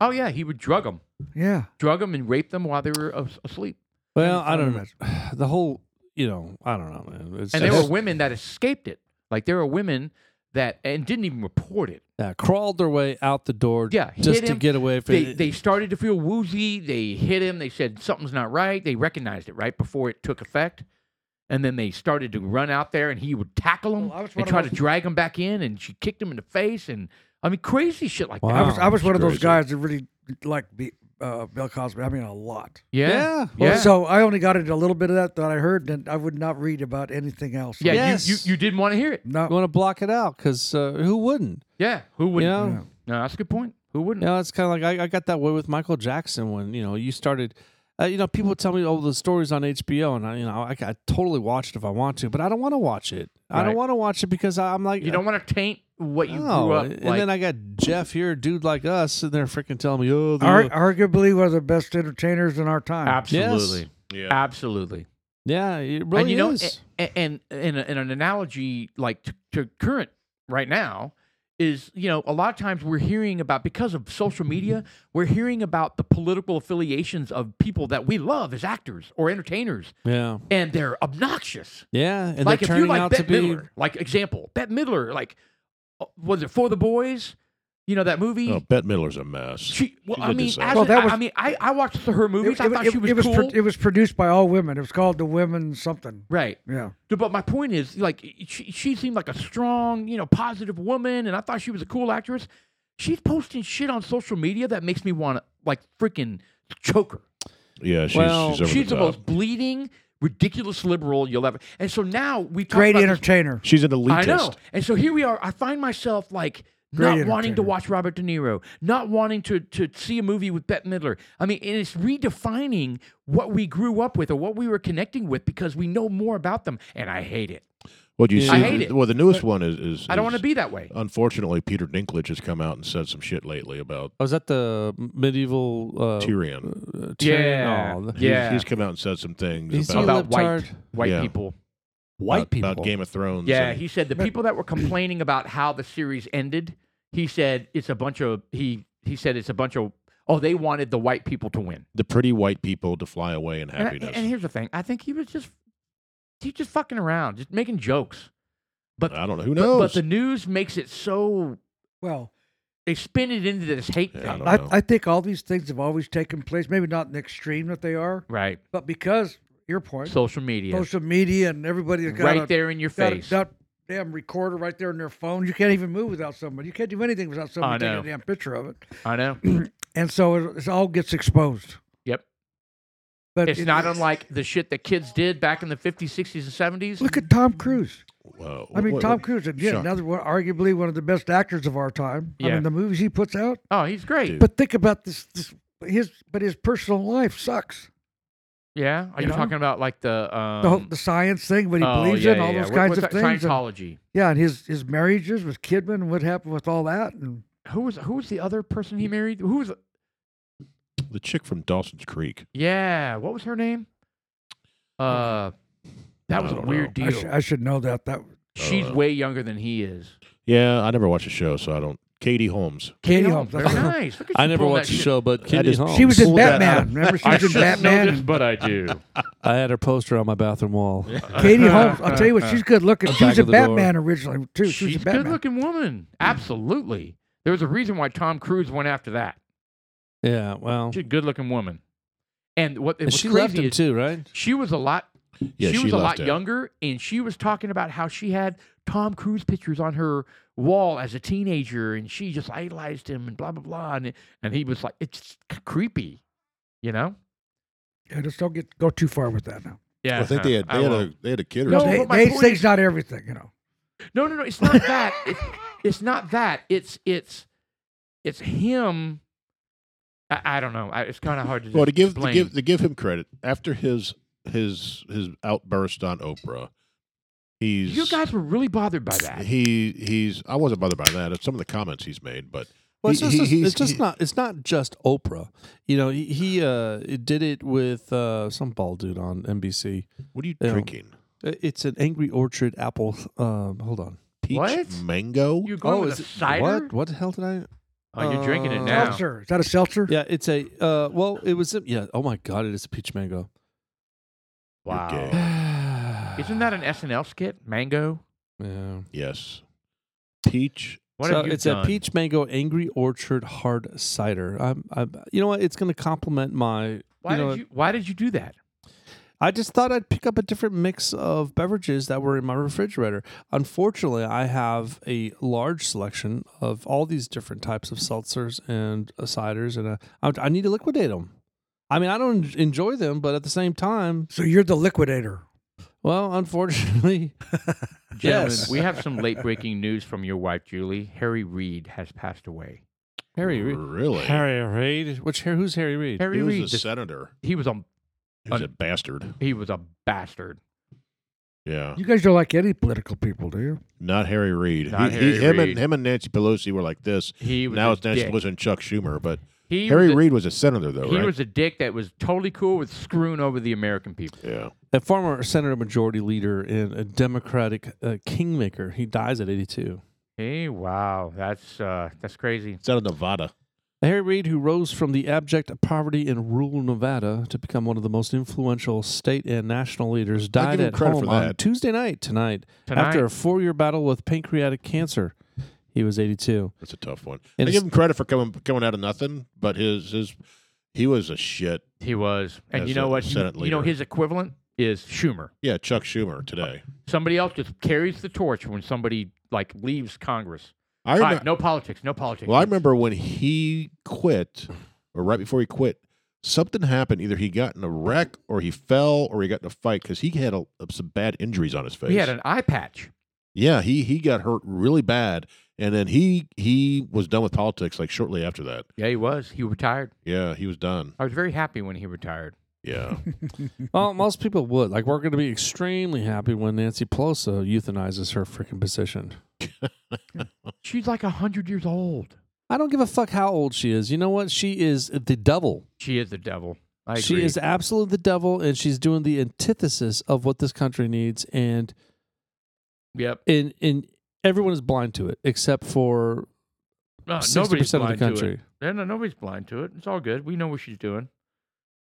Oh yeah, he would drug them, Yeah. drug them, and rape them while they were as- asleep. well, I don't know. <sighs> The whole, you know, I don't know, man. It's And there were just- women that escaped it. Like there were women that and didn't even report it. yeah, crawled their way out the door Yeah, hit just to him. get away from They they started to feel woozy. They hit him. They said something's not right. They recognized it right before it took effect, and then they started to run out there, and he would tackle them Well, I was one and of try those- to drag them back in, and she kicked him in the face, and I mean crazy shit like Wow. that. I was, I was one of those crazy. guys that really liked be, uh, Bill Cosby. I mean, a lot. Yeah, Yeah. yeah. Well, So I only got into a little bit of that that I heard, and I would not read about anything else. yeah, you, you Yes. you didn't want to hear it. No. You want to block it out because uh, who wouldn't? Yeah, who would? You know? No, that's a good point. Who wouldn't? You know, it's kind of like I, I got that way with Michael Jackson when you know you started. Uh, you know, people tell me, "Oh, the stories on HBO," and I, you know, I, I totally watch it if I want to, but I don't want to watch it. I Right. don't want to watch it because I, am like, uh, You don't want to taint what you No. grew up and like. then I got Jeff here, a dude like us, sitting there freaking telling me, "Oh, the, Ar- arguably one of the best entertainers in our time. absolutely, Yeah. absolutely. yeah, it really and you is." know, a- a- and in in an analogy like to, to current right now is you know a lot of times we're hearing about because of social media we're hearing about the political affiliations of people that we love as actors or entertainers yeah, and they're obnoxious yeah, like and they're if you turning like out Bette to be Midler like example Bette Midler like uh, was it for the boys you know that movie Oh, Bette Midler's a mess. She, well, She's I a mean, disaster. as Well, an- that I, was- I mean, I, I watched her movies. I thought she was it was cool. pro- it was produced by all women. It was called The Women Something. right. Yeah. No, But my point is, like, she, she seemed like a strong, you know, positive woman, and I thought she was a cool actress. She's posting shit on social media that makes me want to, like, freaking choke her. yeah, she's, Well, she's over She's the, the, top. most bleeding, ridiculous liberal you'll ever. And so now we talk Great about this- entertainer. She's an elitist. I know. And so here we are. I find myself like not Great wanting to entertainer. watch Robert De Niro, not wanting to to see a movie with Bette Midler. I mean, and it's redefining what we grew up with or what we were connecting with because we know more about them, and I hate it. Well, do you Yeah. see? I hate it. Well, the newest one is, is I don't is- want to be that way. Unfortunately, Peter Dinklage has come out and said some shit lately about I was at Oh, the medieval uh, Tyrion. uh, Tyrion. Yeah. Oh, the- He's- Oh. Yeah. he's, come out and said some things He's about, about lip white tard. White Yeah. people. about- about Game of Thrones. Yeah, and- he said the people that were complaining about how the series ended, he said it's a bunch of he he said it's a bunch of oh they wanted the white people to win. the pretty white people to fly away in And I- happiness. And, here's the thing: I think he was just he just fucking around, just making jokes. but- I don't know who But, knows. but the news makes it so Well, they spin it into this hate Yeah, I thing, don't I, know. I think all these things have always taken place, maybe not in the extreme that they are, right? but because your point, Social media, social media and everybody has got right a, there in your got a face. dumb- damn recorder right there in their phone. You can't even move without somebody. You can't do anything without somebody taking know. a damn picture of it. I <laughs> know. And so it, it all gets exposed. Yep. But It's it- not it- unlike the shit that kids did back in the 50s, 60s, and 70s. Look at Tom Cruise. Whoa. I mean, Wait, Tom wait. Cruise, again, Shock. another one, arguably one of the best actors of our time. I Yeah. mean, the movies he puts out. oh, he's great. Dude. But think about this, this his but his personal life sucks. yeah. Are You you, know? talking about like the um, the whole the science thing, what he oh, believes yeah, in, all yeah, yeah. those What- kinds what's of that? things. and- Scientology. yeah, and his his marriages with Kidman, what happened with all that, and Who was who was the other person he married? Who was the chick from Dawson's Creek. Yeah, what was her name? Uh, that I was a don't weird I, deal. sh- I uh, should know that. That She's way younger than he is. Yeah, I never watched the show, so I don't. Katie Holmes. Katie Holmes, Very that's- nice. Look at I you never pulling watched that the shit. show, but Kitty just- Holmes. she was in Pull that out Batman. of- Remember, she was in <laughs> Batman. and but I do. I had her poster on my bathroom wall. Katie Holmes. I'll tell you what, she's good looking. She Back was in of the door. Batman originally too. She was She's in a good Batman. looking woman. Absolutely. There was a reason why Tom Cruise went after that. Yeah, well, She's a good looking woman. And what and what's she crazy left him is too, right? she was a lot Yeah, she, she was a lot left it. younger and she was talking about how she had Tom Cruise pictures on her wall as a teenager and she just idolized him and blah blah blah and and he was like it's c- creepy, you know? Yeah, just don't get go too far with that now. Yeah. I think they had they had, a, they had a kid or No, something. they, but my they point say's is- not everything, you know. No, no, no, it's not that. It- it's not that. It's it's it's him I, I don't know. I, it's kind of hard to Well, to give to explain. give to give him credit, after his his his outburst on Oprah, he's you guys were really bothered by that. he he's I wasn't bothered by that. It's some of the comments he's made, but Well, it's he- just, he- it's- he's- it's just he- not. It's not just Oprah. You know, he, he uh, did it with uh, some bald dude on NBC. what are you Yeah. drinking? Uh, It's an Angry Orchard apple. Um, hold on. Oh, Peach What? mango? You're going with is a it- cider? What? What the hell did I? Oh, you're drinking it Uh, now. Seltzer is that a seltzer? Yeah, it's a. Uh, well, it was. Yeah. Oh my God, it is a peach mango. <sighs> You're Wow. gay. Isn't that an SNL skit? Mango? Yeah. Yes, peach. What so have you it's done? a peach mango angry orchard hard cider. I'm, I'm, you know what? It's going to complement my. Why you know, did you Why did you do that? I just thought I'd pick up a different mix of beverages that were in my refrigerator. Unfortunately, I have a large selection of all these different types of seltzers and uh, ciders, and uh, I, I need to liquidate them. I mean, I don't enjoy them, but at the same time, So you're the liquidator. well, unfortunately, Gentlemen, Yes. we have some late breaking news from your wife, Julie. Harry Reid has passed away. Harry Reid. Really? Harry Reid. Which Harry? Who's Harry Reid? Harry he was Reid, a this- senator. he was a He was Uh, a bastard. he was a bastard. Yeah. You guys don't like any political people, do you? Not Harry Reid. Not he, Harry he, him, Reid. and, him and Nancy Pelosi were like this. He was Now a it's Nancy dick. Pelosi and Chuck Schumer. But He Harry was a, Reid was a senator, though, he right? was a dick that was totally cool with screwing over the American people. yeah. A former senator majority leader and a Democratic uh, kingmaker. He dies at 82. Hey, wow, that's uh, that's crazy. It's out of Nevada. Harry Reid, who rose from the abject poverty in rural Nevada to become one of the most influential state and national leaders, died him at credit home for on that. Tuesday night tonight, Tonight, after a four-year battle with pancreatic cancer. He was 82. That's a tough one. And I give it's- him credit for coming coming out of nothing, but his his he was a shit. he was, and As you know a what? You, Senate you know leader. his equivalent is Schumer. Yeah, Chuck Schumer today. Somebody else just carries the torch when somebody like leaves Congress. I All remember, right, no politics, no politics. Well, I remember when he quit, or right before he quit, something happened. Either he got in a wreck, or he fell, or he got in a fight because he had a, some bad injuries on his face. he had an eye patch. yeah, he he got hurt really bad, and then he he was done with politics like shortly after that. Yeah, he was. He retired. Yeah, he was done. I was very happy when he retired. Yeah, <laughs> Well, most people would. Like, we're going to be extremely happy when Nancy Pelosi euthanizes her freaking position. She's like hundred years old. I don't give a fuck how old she is. You know what? She is the devil. She is the devil. I she agree. is absolutely the devil, and she's doing the antithesis of what this country needs. And Yep. and and everyone is blind to it except for No, sixty Uh, nobody's percent of the blind to it. country. Yeah, no, nobody's blind to it. It's all good. We know what she's doing.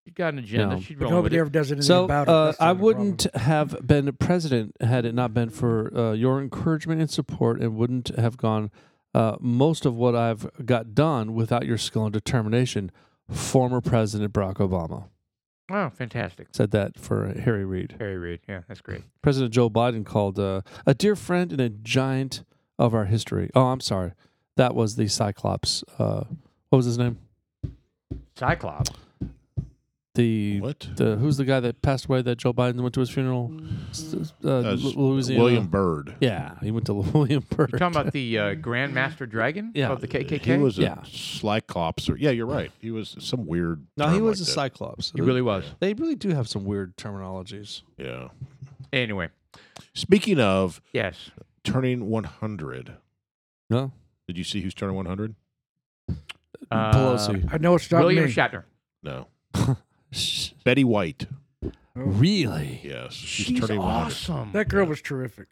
She's got an agenda. No. She's But rolling with nobody it. ever does anything So about it. uh, That's the I only wouldn't have been president had it not been for uh, your encouragement and support, and wouldn't have gone uh, most of what I've got done without your skill and determination. Former President Barack Obama Wow, Oh, fantastic. said that for Harry Reid. Harry Reid. Yeah, that's great. President Joe Biden called uh, a dear friend and a giant of our history. Oh, I'm sorry, that was the Cyclops. Uh, what was his name? Cyclops. The what? the who's the guy that passed away that Joe Biden went to his funeral? S- s- Uh, Uh, Lu- Louisiana. William Byrd. Yeah, he went to <laughs> William Byrd. You're talking about the uh, Grand Master Dragon Yeah. of the KKK? He was a Yeah. cyclops, or yeah, you're right. He was some weird. no, he term was like a that. Cyclops. He really was. They really do have some weird terminologies. Yeah. Anyway, Speaking of yes. turning 100, No, did you see who's turning 100? Uh, Pelosi. problem. I know it's not William me. Shatner. No. Betty White. really? Yes. She's, She's turning 100. awesome. that girl was terrific.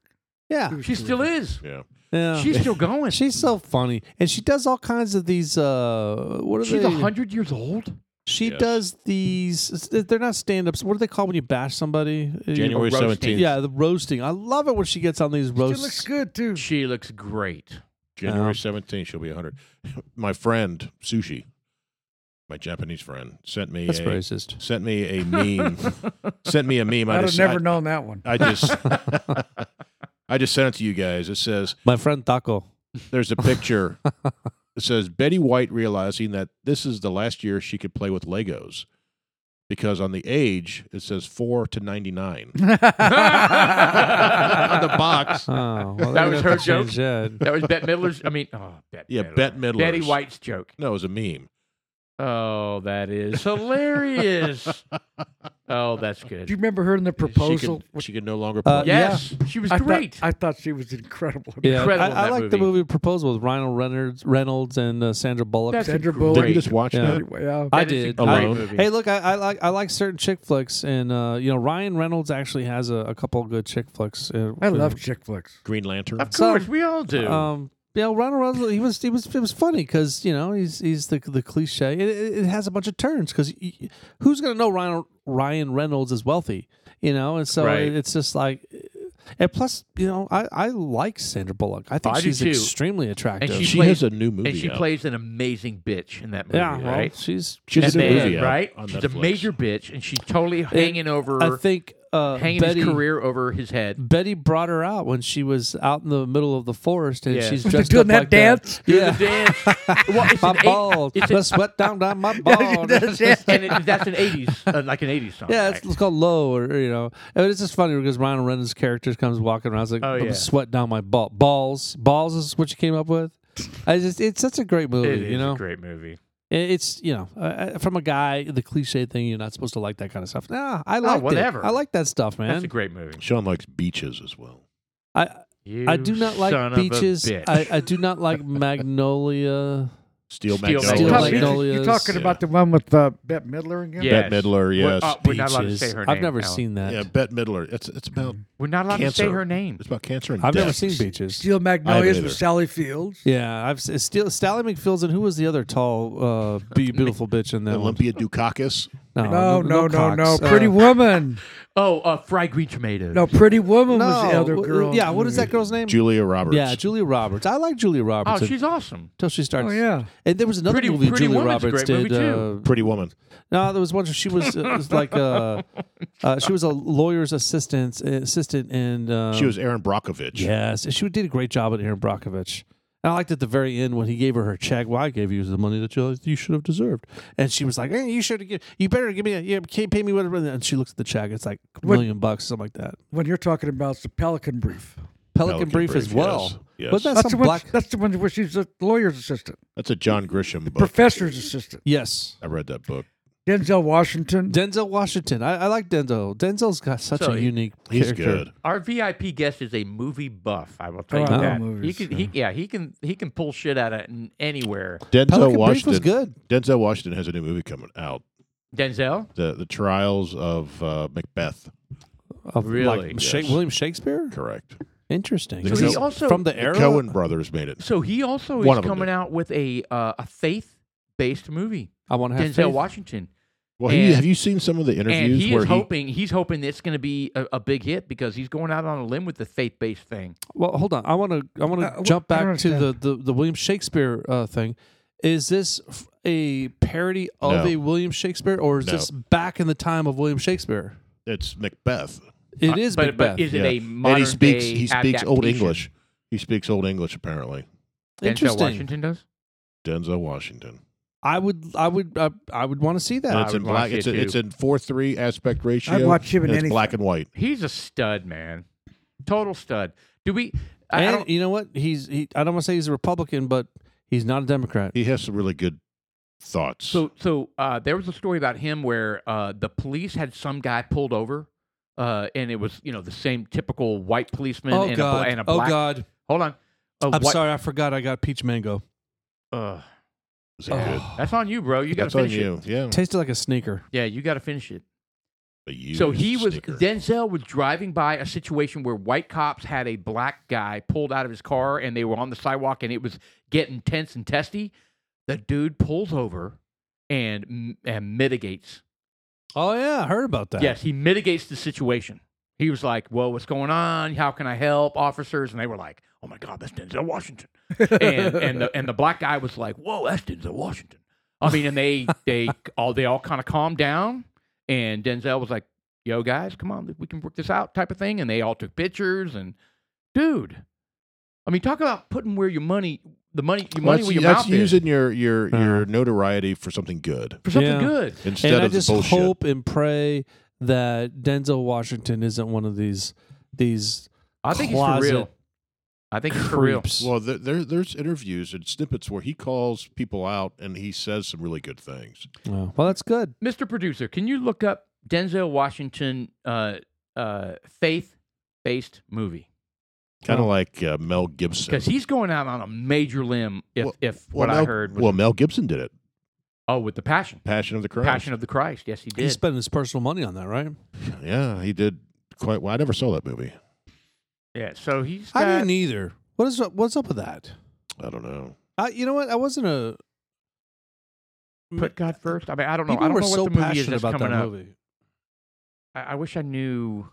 Yeah. was She still terrific. is. Yeah. yeah. She's still going. She's so funny, and she does all kinds of these. Uh, what are She's they? hundred years old. She Yes. does these. They're not stand-ups. What do they call when you bash somebody? January roasting. 17th. Yeah, the roasting. I love it when she gets on these She looks roasts. good too. She looks <laughs> great. <laughs> January Yeah. 17th, she'll be 100. <laughs> My friend, Sushi, my Japanese friend, sent me That's a racist. sent me <laughs> a meme. sent me a meme. I I'd just have never known <laughs> that one. <laughs> I, I just I just sent it to you guys. It says My friend Taco. there's a picture. it says Betty White realizing that this is the last year she could play with Legos because on the age it says 4 to 99. on the box. <laughs> Oh, well, That they was have her to change that. That was Bette Midler's. I mean, oh, Bette Yeah, Midler. Bette Midler's. Betty White's joke. No, it was a meme. Oh, that is hilarious. oh, that's Do you good. remember her in the proposal? She could, she could no longer play. Uh, Yes, she was I thought- great. I thought she was incredible. Yeah, <laughs> I, Incredible in I that like the movie. movie Proposal with Ryan Reynolds, Reynolds and uh, Sandra Bullock. That's a Sandra great- Bullock. Did you just watch Yeah. that? Yeah. I that is a did. great Alone. movie. hey, look, I, I like I like certain chick flicks, and uh, you know Ryan Reynolds actually has a, a couple of good chick flicks. uh, I love uh, chick flicks. Green Lantern. of some- course, we all do. Um, yeah, Ryan Reynolds. He was he was it was funny because you know he's he's the the cliche. It, it, it has a bunch of turns because who's gonna know Ryan Ryan Reynolds is wealthy, you know? And so Right. it's just like. And plus, you know, I, I like Sandra Bullock. I think Oh, I do she's too. extremely attractive. she She played- has a new movie. and she out. plays an amazing bitch in that movie, yeah, well, right? she's She has And a new then, movie out right? on She's a Netflix. major bitch, and she's totally hanging over, I think uh, hanging Betty, his career over his <laughs> head. Betty brought her out when she was out in the middle of the forest, and Yeah. <laughs> she's They're dressed doing up that like dance? That. Yeah, Dance. <laughs> Well, it's an my eight- balls, it's the sweat <laughs> down down my balls. Oh, <laughs> and it, that's an '80s, uh, like an '80s song. Yeah, right? it's, it's called low, or you know, and it's just funny because Ryan Reynolds' character comes walking around, it's like Oh, "I'm yeah. sweat down my ball balls. Balls is what you came up with. I just, it's such a great movie. It is you know, a great movie. It- it's you know, uh, from a guy, the cliche thing, you're not supposed to like that kind of stuff. Nah, I like Oh, whatever. I like that stuff, That's a man. great movie. Sean likes beaches as well. I You I do not son like of a beaches. bitch. I, I do not like magnolia. Steel, Steel Magnolias. Steel Top Magnolias. Beaches, You're talking Yeah. about the one with uh, Bette Midler again? Yeah. Yes. Bette Midler, We're- yes. uh, <laughs> we're not allowed to Beaches. say her name. I've never Alan. seen that. yeah, Bette Midler. It's it's about We're not allowed to say Cancer. her name. it's about cancer and I've never death. seen beaches. Steel Magnolias either. with Sally Fields. <laughs> Yeah, I've s- still Sally McPhills and who was the other tall, uh, be <laughs> beautiful bitch in that one? Olympia Dukakis. No, no, no, no. Cox. Uh, Pretty Woman. Oh, uh, fried green tomatoes. No, Pretty Woman was the no, other w- girl. Yeah, what is that girl's <laughs> name? Julia Roberts. Yeah, Julia Roberts. I like Julia oh, Roberts she's awesome. until she starts. Oh, yeah. And there was another Pretty- movie Pretty Julia Woman's a Roberts great did. movie, uh, Pretty woman. no, there was one where she was, uh, was <laughs> like a, uh, she was a lawyer's assistant, assistant, and um, She was Aaron Brockovich. Yes, and she did a great job at Aaron Brockovich. And I liked at the very end when he gave her her check. Well, I gave you the money that you, you should have deserved, and she was like, "Hey, you should have. gi- You better give me. A, you can't pay me whatever." And she looks at the check. It's like a What- million bucks, something like that. When you're talking about the Pelican Brief. Pelican, Brief, as well. yes. But that's That's the, some one, black. that's the one where she's a lawyer's assistant, That's a John Grisham book. professor's assistant. yes, I read that <laughs> book. Denzel Washington. Denzel Washington. I, I like Denzel. Denzel's got such So a he- unique. He's character. good. Our VIP guest is a movie buff. I will tell Oh, you I love that. movies, he can, he, yeah, he can, he can pull shit out of n- anywhere. Denzel Pelican Brief Washington. was good. Denzel Washington has a new movie coming out. Denzel, The the Trials of uh, Macbeth. Of, Really? like, Sha- Yes. William Shakespeare. Correct. Interesting. So Is he this also- from the The era. Cohen brothers made it. so he also One of is them coming did. out with a uh, a faith based movie. I want to have Denzel faith. Washington, Well, he, And- have you seen some of the and interviews he where is hoping he's hoping it's going to be a, a big hit because he's going out on a limb with the faith based thing. Well, hold on. I want to. I want Uh, to wh- jump I don't back to the, understand. the the William Shakespeare uh, thing. Is this f- a parody of No. a William Shakespeare, or is No. this back in the time of William Shakespeare? he it's Macbeth? It is Uh, is but, Macbeth. but is it Yeah. a modern and he speaks day he speaks old adaptation? English. He speaks old English apparently. Denzel Interesting. Washington does. Denzel Washington. I would. I would. I, I would want to see that. And I it's would in wanna black. see It's, it in- it's too. in four three aspect ratio. I'd watch him in and it's anything. black and white. He's a stud, man. Total stud. Do we? I, I and don't, you know what? He's. He, I don't want to say he's a Republican, but he's not a Democrat. He has some really good thoughts. So, so uh, there was a story about him where uh, the police had some guy pulled over, uh, and it was you know the same typical white policeman oh and, A, God! bla- and a oh black. God! Hold on. A I'm white- sorry. I forgot. I got peach mango. Ugh. Is that good? Oh, that's on you, bro. You got to That's on finish it. you. Yeah. tasted like a sneaker. Yeah, you got to finish it. But you so he was sneaker. Denzel was driving by a situation where white cops had a black guy pulled out of his car, and they were on the sidewalk, and it was getting tense and testy. The dude pulls over and and mitigates Oh yeah, I heard about that. Yes, he mitigates the situation. He was like, "Well, what's going on? How can I help, officers?" And they were like, "Oh my God, that's Denzel Washington." and <laughs> and the, and the black guy was like, "Whoa, that's Denzel Washington." I mean, and they they all they all kind of calmed down, and Denzel was like, "Yo, guys, come on, we can work this out," type of thing. And they all took pictures and, dude, I mean, talk about putting where your money, the money, your Well, money that's, where your that's mouth is using your your Uh-huh. Uh. your notoriety for something good for something Yeah. good. instead and of I just the bullshit. hope and pray that Denzel Washington isn't one of these these I think he's Closet for real. I think he's for real. creeps. well, there, there there's interviews and snippets where he calls people out and he says some really good things. Yeah. well, that's good. Mr. Producer, can you look up Denzel Washington uh, uh, faith based movie? Kind of like uh, Mel Gibson. Because he's going out on a major limb if, Well- if Well, what I Mel- heard was. well, Mel Gibson did it. oh, with the Passion. Passion of the Christ. Passion of the Christ. Yes, he did. He spent his personal money on that, right? Yeah, he did quite well. I never saw that movie. yeah, so he's. I got- didn't either. What is what's up with that? I don't know. I, you know what? I wasn't a. put God first. I mean, I don't know. People I don't were know what so the movie is passionate that's about coming that up. movie. I, I wish I knew.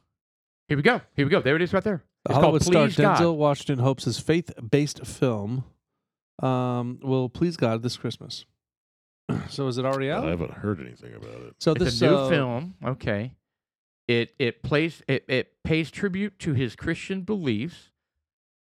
Here we go. Here we go. There it is, right there. It's Hollywood star called Please God. Denzel Washington hopes his faith-based film um, will please God this Christmas. <clears throat> So is it already I out? haven't heard anything about it. So It's this a new uh, film. Okay. It it plays it, it pays tribute to his Christian beliefs.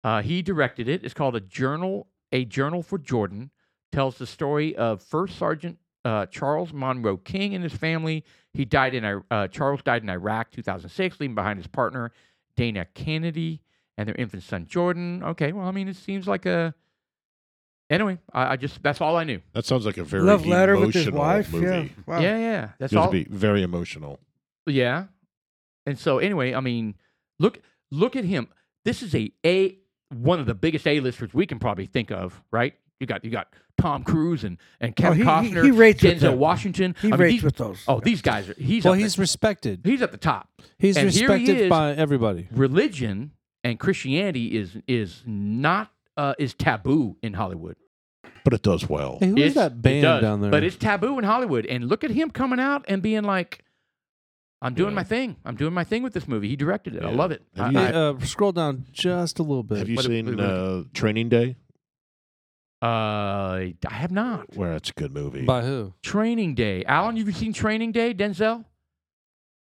Uh, he directed it. It's called a journal a journal for Jordan. Tells the story of First Sergeant uh, Charles Monroe King and his family. He died in Ir- uh, Charles died in Iraq 2006, leaving behind his partner Dana Kennedy and their infant son Jordan. Okay, well I mean it seems like a Anyway, I, I just that's all I knew. That sounds like a very Love letter emotional with his wife. movie. Yeah. Wow. Yeah, yeah, that's It's to all. be very emotional. Yeah. And so anyway, I mean, look look at him. This is a A one of the biggest A-listers we can probably think of, right? You got you got Tom Cruise and and Oh, Kevin he- he- Costner, he rates with Denzel them. Washington. He I mean, rates these- with those. Oh, these guys are he's well, up he's at, respected. he's at the top. He's and here he respected is. by everybody. Religion and Christianity is is not uh, is taboo in Hollywood. But it does well. Hey, who It's- is that band it does, down there? But it's taboo in Hollywood. And look at him coming out and being like, I'm doing Yeah. my thing. I'm doing my thing with this movie. He directed it. I Yeah. love it. Have I- you- I- Yeah, uh, scroll down just a little bit. Have you What- seen what- what- uh, Training Day? Uh, I have not. Where that's a good movie. by who? Training Day. Alan, have you seen Training Day, Denzel?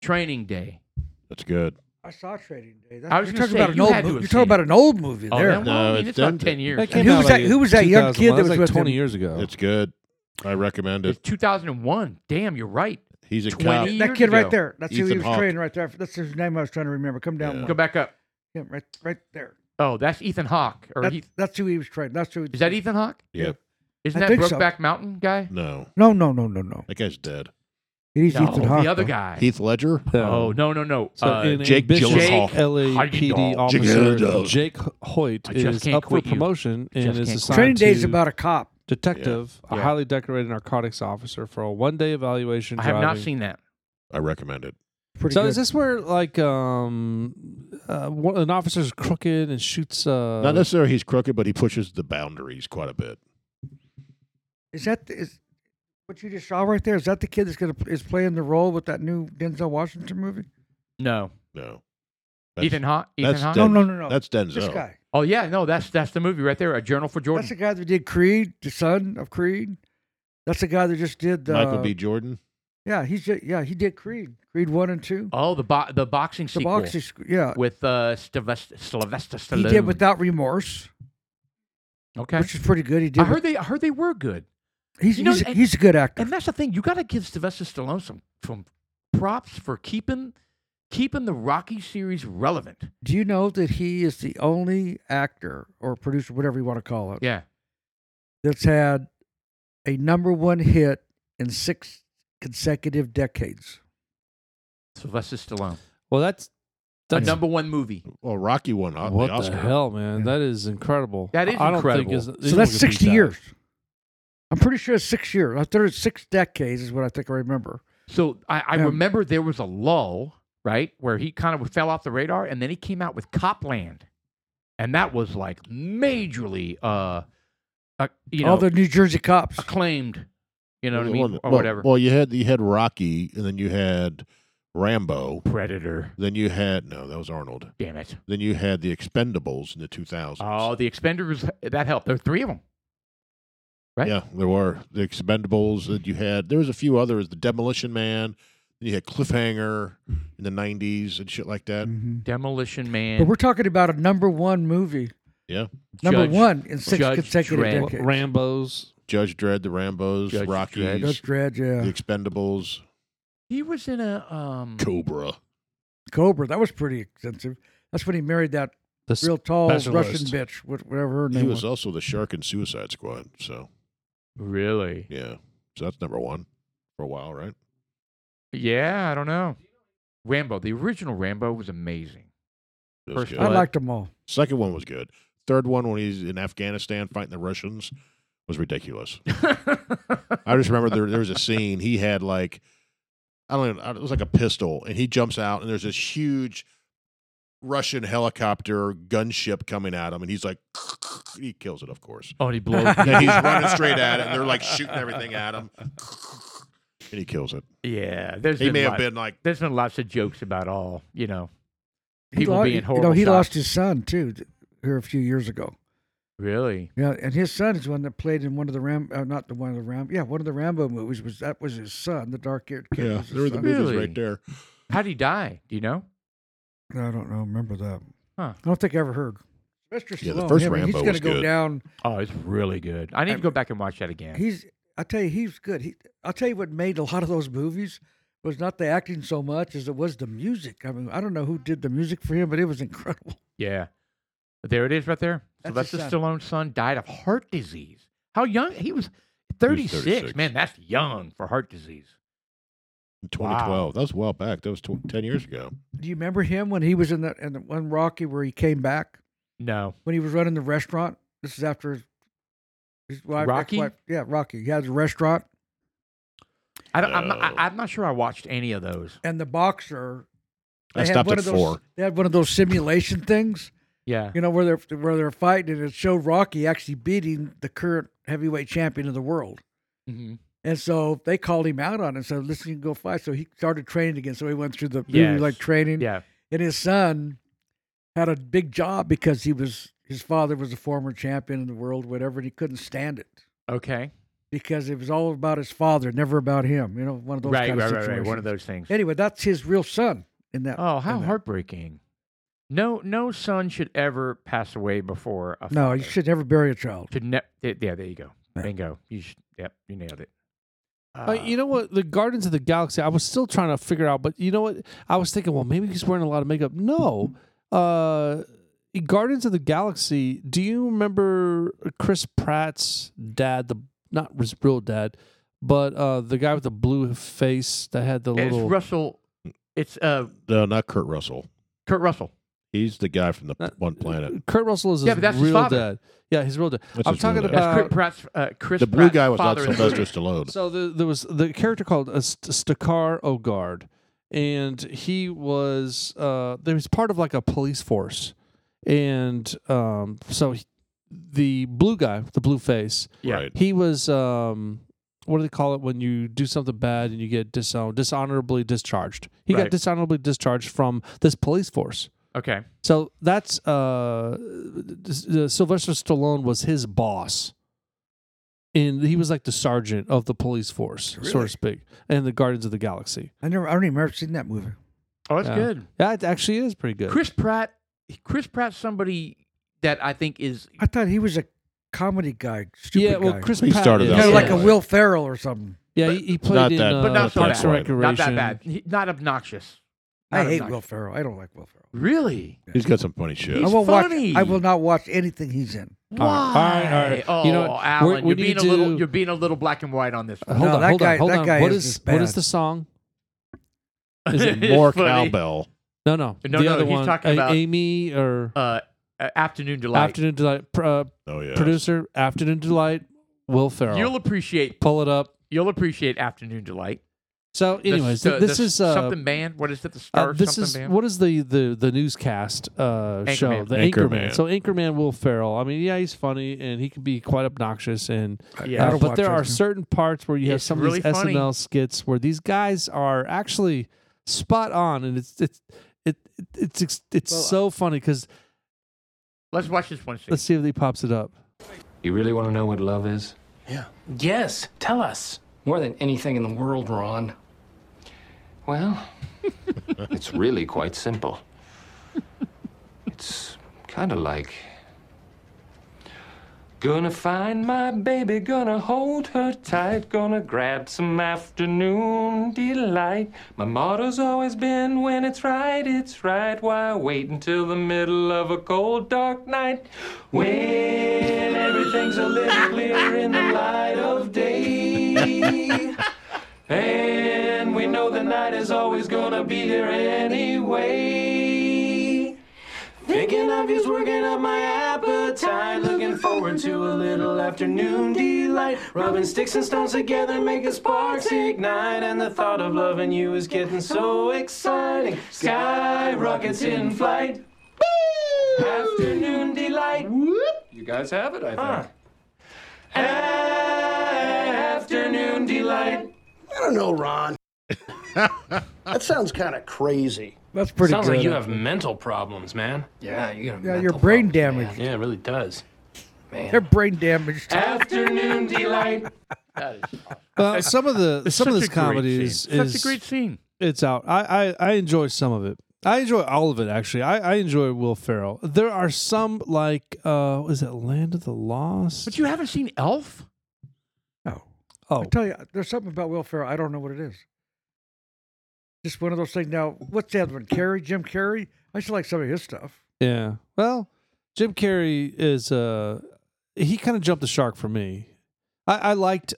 Training Day. That's good. I saw Trading Day. I was you're gonna talking say, about an you old. had to movie. have You're seen talking about it. an old movie Oh, there. then, well, I No, mean, it's it's about done- 10 years. That came who out was like that- who was that young kid 2001. that was like with 20 him? years Oh. ago? It's good. I recommend It's it. 2001. Damn, you're right. He's a 20 cop. that years kid right ago. there. That's who he Ethan was Hawke. training right there. That's his name I was trying to remember. Come down. Yeah. one. Go back up. Yeah, right, right there. Oh, that's Ethan Hawke. Or That, Heath- that's who he was training. That's who. He, is that Ethan Hawke? Yeah. Isn't I that think so. Brokeback Mountain guy? No, No, no, no, no, no. that guy's dead. It is No, Ethan Hawke. the other though. guy. Heath Ledger. Yeah. Oh no no no. So uh, in a Jake Bishop Gyllenhaal. LAPD How you doing? Jake officer Gyllenhaal. Jake Hoyt I just is can't up for quit you. promotion and just is can't assigned Training Day is to about a cop. detective, a Yeah. highly decorated narcotics officer for a one-day evaluation. I have not driving. seen that. I recommend it. Pretty So good. is this where like um, uh, one, an officer's crooked and shoots? Uh, Not necessarily he's crooked, but he pushes the boundaries quite a bit. Is that the- is what you just saw right there? Is that the kid that's gonna is playing the role with that new Denzel Washington movie? No. No, That's- Ethan Hawke. Ethan that's Hawke. No, Den- no, no, no. That's Denzel. This guy. Oh yeah, no, that's that's the movie right there. A Journal for Jordan. That's the guy that did Creed, the son of Creed. That's the guy that just did. Uh, Michael B. Jordan. Yeah, he's just, yeah he did Creed, Creed one and two. oh, the bo- the boxing the sequel boxing, sc- yeah. with uh, Sylvester, Sylvester He Stallone. did without remorse, Okay. which is pretty good. He did. I with- heard they I heard they were good, he's you know, he's, and- he's a good actor. and that's the thing. You got to give Sylvester Stallone some some props for keeping keeping the Rocky series relevant. Do you know that he is the only actor or producer, whatever you want to call it, Yeah. that's had a number one hit in six consecutive decades? Sylvester Stallone. well, that's a that's number one movie. Well, Rocky won uh, the what the Oscar. hell, man. Yeah. That is incredible. That is I don't incredible. Think is, So that's 60 years. I'm pretty sure it's six years. I thought it's six decades is what I think I remember. So I, I Yeah. remember there was a lull, right, where he kind of fell off the radar, and then he came out with Copland, and that was like majorly, uh, uh you know, All the New Jersey cops. acclaimed. You know what I Well, mean, well, or well, whatever. Well, you had you had Rocky, and then you had Rambo. Predator. Then you had no, that was Arnold. Damn it! Then you had the Expendables in the 2000s. Oh, the Expendables that helped. There were three of them. right. Yeah, there were the Expendables that you had. There was a few others, the Demolition Man. Then you had Cliffhanger in the 90s and shit like that. Mhm. Demolition Man. But we're talking about a number one movie, Yeah, number Judge- one in six Judge consecutive Dredd. decades. Rambo's. Judge Dredd, the Rambos, Judge Rockies, Dredd. Judge Dredd, yeah. the Expendables, He was in a um. Cobra. Cobra, that was pretty extensive. That's when he married that The s- real tall Russian specialist. bitch, wh- whatever her He name was was. also the Shark and Suicide Squad. So Really? yeah, so that's number one for a while, right? Yeah, I don't know. Rambo, the original Rambo was amazing. That was First good. I one. liked them all. Second one was good. Third one, when he's in Afghanistan fighting the Russians, was ridiculous. I just remember there, there was a scene he had like I don't even it was like a pistol and he jumps out and there's this huge Russian helicopter gunship coming at him and he's like <sniffs> he kills it of course <laughs> oh, and he blows. and he's running straight at it and they're like shooting everything at him and he kills it <laughs> yeah, there's he been may have lots- been like there's been lots of jokes about all you know people lo- being horrible. You know, he shots. lost his son too th- here a few years ago. Really? Yeah, and his son is one that played in one of the Ram, uh, not the one of the Ram, yeah, one of the Rambo movies. Was that was his son, the dark haired kid? yeah <laughs> was his there were the son. movie- movies Really? right there How would he die? Do you know? I don't know. Remember that? Huh. I don't think I ever heard. Sylvester Stallone. Yeah, the first him, Rambo He's gonna was go good. down. Oh, it's really good. I need I'm- to go back and watch that again. He's. I tell you, he's good. He. I'll tell you what made a lot of those movies was not the acting so much as it was the music. I mean, I don't know who did the music for him, but it was incredible. <laughs> yeah. There it is right there. That's his Sylvester son. Stallone's son died of heart disease How young he was? 36. 36. Man, that's young for heart disease. in 2012. That was a while back. That was tw- 10 years ago. Do you remember him when he was in the in the one Rocky where he came back No. when he was running the restaurant? This is after his, his wife, Rocky? ex-wife- Yeah, Rocky. He had a restaurant, I don't, I'm, not, No. I, I'm not sure I watched any of those. and the boxer. I they had stopped at one of those- four. They had one of those simulation things, Yeah. you know, where they're where they're fighting, and it showed Rocky actually beating the current heavyweight champion of the world. Mm-hmm. Mhm. And so they called him out on it. and said, "Listen, you can go fight." So he started training again. So he went through the Yes. like training. Yeah. and his son had a big job because he was his father was a former champion in the world, whatever, and he couldn't stand it Okay. because it was all about his father, never about him. You know, one of those Right, kind right, of right, situations. right. One of those things. Anyway, that's his real son in that. Oh, how that. heartbreaking. No, no son should ever pass away before a no, father. you should never bury a child. Should ne- yeah, yeah, there you go. Yeah. Bingo. You should, yep, you nailed it. Uh, you know what? The Guardians of the Galaxy. I was still trying to figure out, but you know what? I was thinking, well, maybe he's wearing a lot of makeup. No, uh, Guardians of the Galaxy. Do you remember Chris Pratt's dad? The not his real dad, but uh, the guy with the blue face that had the it's little. Russell. It's uh, No, not Kurt Russell. Kurt Russell. He's the guy from the Uh, One Planet. Kurt Russell is Yeah, his but that's his real father. dad. Yeah, his real dad. That's I'm his real talking name. That's about- Chris Pratt's. Uh, Chris the blue Pratt's guy was not father in the Sylvester movie. Stallone. So the, there was the character called uh, St- Stakar Ogard, and he was uh, there was part of like a police force, and um, so he- the blue guy, with the blue face, Yeah. Right. he was um, what do they call it when you do something bad and you get disowned, dishonorably discharged. He Right. got dishonorably discharged from this police force. Okay. So that's uh, S- uh, Sylvester Stallone was his boss, and he was like the sergeant of the police force, so Really? to speak, and the Guardians of the Galaxy. I never, I don't even remember seeing that movie. Oh, that's Yeah. good. Yeah, it actually is pretty good. Chris Pratt. Chris Pratt's somebody that I think is. I thought he was a comedy guy, stupid yeah, well, guy, Chris He Pratt started is. out kind of Yeah. like a Yeah. Will Ferrell or something. Yeah, he, he played Not in that- uh, but not so Parks and bad. Recreation. Not that bad. He- Not obnoxious. I Not hate obnoxious. Will Ferrell. I don't like Will Ferrell. Really? He's got some funny shit. He's I won't funny. watch. I will not watch anything he's in. Why? All right, all right, all right. Oh, You know what? Alan, We're- we you're need being a to- little. You're being a little black and white on this. Uh, One. hold No, on, that hold guy- on, hold that on. guy What is is just what is bad. the song? Is <laughs> it It's More funny. cowbell. No, no, No, the no, other he's one, talking A- about- Amy or Uh, uh, afternoon delight. Afternoon Delight. pr- Uh, Oh yeah. Producer Afternoon Delight. Will Ferrell. You'll appreciate. pull it up. You'll appreciate afternoon delight. So, The anyways, st- th- this the is uh, something band. What is it? The uh, star this something is band. what is the the the newscast uh, show? Anchorman. The Anchorman. Anchorman. So Anchorman Will Ferrell. I mean, yeah, he's funny and he can be quite obnoxious and Yeah. I uh, don't but watch there those are guys. certain parts where you have It's some really of these funny. SNL skits where these guys are actually spot on and it's it's it, it it's it's, it's Well, so funny cuz uh, Let's watch this one. Scene. let's see if he pops it up. You really want to know what love is? Yes, tell us. More than anything in the world, Ron. Well, <laughs> it's really quite simple. It's kind of like. Gonna find my baby, gonna hold her tight, gonna grab some afternoon delight. My motto's always been when it's right, it's right. Why wait until the middle of a cold, dark night? When everything's a little clearer in the light of day. And we know the night is always gonna be here anyway. Thinking of you's working up my appetite. Looking forward to a little afternoon delight. Rubbing sticks and stones together, making sparks ignite. And the thought of loving you is getting so exciting. Skyrockets in flight. Afternoon delight. You guys have it, I think. Afternoon delight. I don't know, Ron. that sounds kind of crazy. That's pretty Sounds good. like you have mental problems, man. Yeah, you got yeah, your brain damaged. Yeah, it really does. They're brain damaged. Afternoon delight. Uh, some of <laughs> the some Such of this a great comedy scene. is, such a is- great scene. it's out. I, I I enjoy some of it. I enjoy all of it actually. I, I enjoy Will Ferrell. There are some like uh is it Land of the Lost? But you haven't seen Elf? No. oh I tell you, there's something about Will Ferrell. I don't know what it is. Just one of those things. Now, what's the other one? Carrie, Jim Carrey. I should like some of his stuff. yeah. Well, Jim Carrey is uh he kind of jumped the shark for me. I, I liked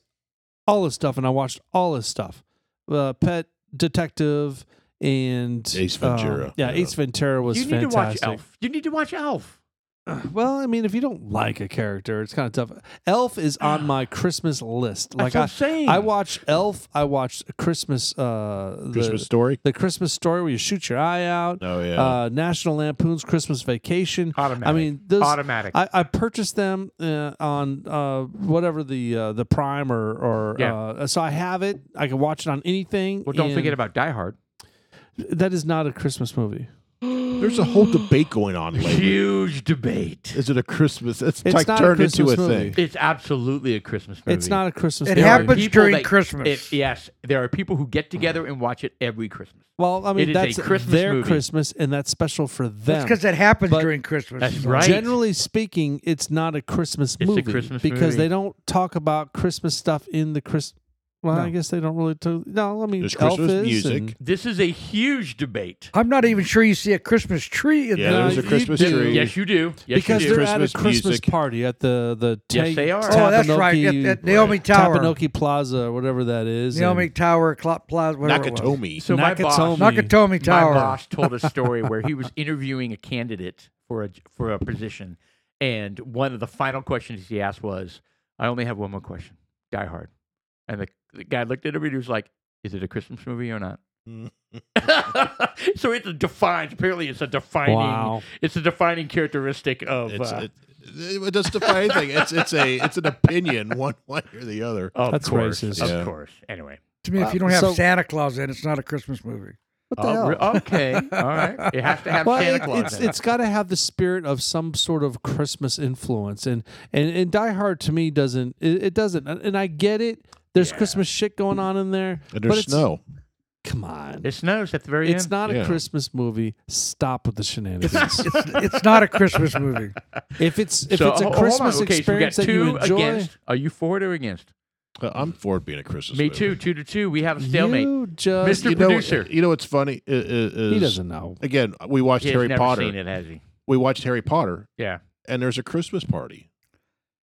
all his stuff, and I watched all his stuff. Uh, Pet Detective and Ace um, Ventura. yeah, Yeah. Ace Ventura was you need fantastic. to watch Elf. You need to watch Elf. <sighs> Well, I mean, if you don't like a character, it's kind of tough. Elf <sighs> is on my Christmas list. That's Like what I, I'm saying. I watched Elf. I watched Christmas. Uh, the, Christmas story. the Christmas story where you shoot your eye out. Oh yeah. Uh, National Lampoon's Christmas Vacation. Automatic. I mean, those, automatic. I, I purchased them uh, on uh, whatever the uh, the Prime or, or Yeah. uh, so I have it. I can watch it on anything. well, don't and forget about Die Hard. that is not a Christmas movie. There's a whole debate going on lately. Huge debate. Is it a Christmas? It's, It's like not a turned Christmas into a movie. thing. It's absolutely a Christmas movie. It's not a Christmas. It movie. are happens people during that- Christmas. It, yes, there are people who get together and watch it every Christmas. Well, I It mean, is a that's Christmas their movie. Christmas, and that's special for them. That's because it happens But- during Christmas. That's right. Generally speaking, it's not a Christmas a movie Christmas because movie. they don't talk about Christmas stuff in the Chris. Well, No. I guess they don't really. Do- no, I mean, There's Elf Christmas is music. and- This is a huge debate. I'm not even sure you see a Christmas tree in Yeah, there. there's No, a you Christmas do. tree. Yes, you do. Yes, because you do. they're at a Christmas Christmas music. party at the the Yes, Ta- they are. Oh, that's right. At, Tapanoki- at Naomi Tower. Tapanoki Plaza or whatever that is. Naomi and Tower, Cl- Plaza, whatever it was. Nakatomi. so my boss, Nakatomi. Nakatomi Tower. My boss told a story where he was interviewing a candidate for a for a position, and one of the final questions he asked was, "I only have one more question. Die Hard." And the, the guy looked at him and he was like, "Is it a Christmas movie or <laughs> not?" so it's a defined. Apparently, it's a defining. Wow. It's a defining characteristic of. It's, uh, it, it doesn't define anything. It's it's a it's an opinion <laughs> one way or the other. of That's course, racist. Of Yeah. course. Anyway. To me, if you don't have so- Santa Claus in, it's not a Christmas movie. What Uh, the Oh, hell? re- okay. All right. It has to have <laughs> Well, Santa it- Claus. it's in it. it's got to have the spirit of some sort of Christmas influence, and and and Die Hard to me doesn't it, it doesn't, and I get it. There's Christmas shit going on in there, And but there's it's- snow. Come on, It snows at the very it's end. not a Yeah. Christmas movie. Stop with the shenanigans. <laughs> It's not a Christmas movie. if it's if So, it's ho- a hold on. Christmas okay, so we got experience that you two enjoy, Against. Are you for it or against? Uh, I'm for it being a Christmas. Me movie. too. Two to two. We have a stalemate. you just Mr. You know, Producer. you know what's funny i- i- is he doesn't know. Again, we watched He has Harry never Potter. seen it, has he? We watched Harry Potter, Yeah, and there's a Christmas party.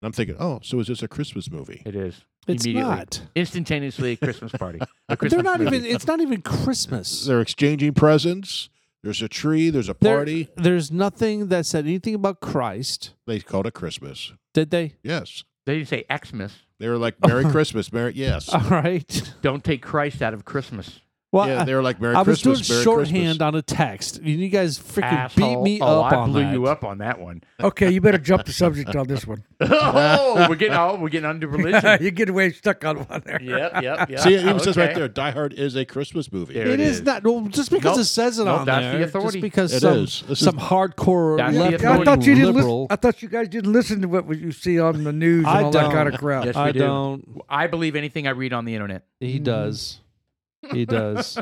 And I'm thinking, oh, so is this a Christmas movie? it is. It's Immediately. not. Instantaneously, a Christmas <laughs> party. A They're Christmas not movie. even. It's not even Christmas. They're exchanging presents. There's a tree. There's a There- party. there's nothing that said anything about Christ. They called it Christmas. Did they? Yes, They didn't say Xmas. they were like <laughs> Merry Christmas, Merry yes. All right. Don't take Christ out of Christmas. Well, yeah, I- they were like Merry I was Christmas, doing Merry shorthand Christmas. on a text. and You guys freaking Asshole. beat me oh, up I on blew that. you up on that one. <laughs> Okay, you better jump the subject on this one. oh, we're getting oh, we're getting under <laughs> <laughs> religion. you get away stuck on one there. yep, yep, yep. See, it even says right Okay. there, Die Hard is a Christmas movie. There It it is, is. not well, just because Nope. it says it Nope, on that's the there. authority. Just because It some, is. This is- some hardcore That's the left Yeah, I authority. thought you didn't listen. liberal. I thought you guys didn't listen to what you see on the news and I all that don't. kind of crap. Yes, we I do. don't. I believe anything I read on the internet. He Mm-hmm. does. He <laughs> does.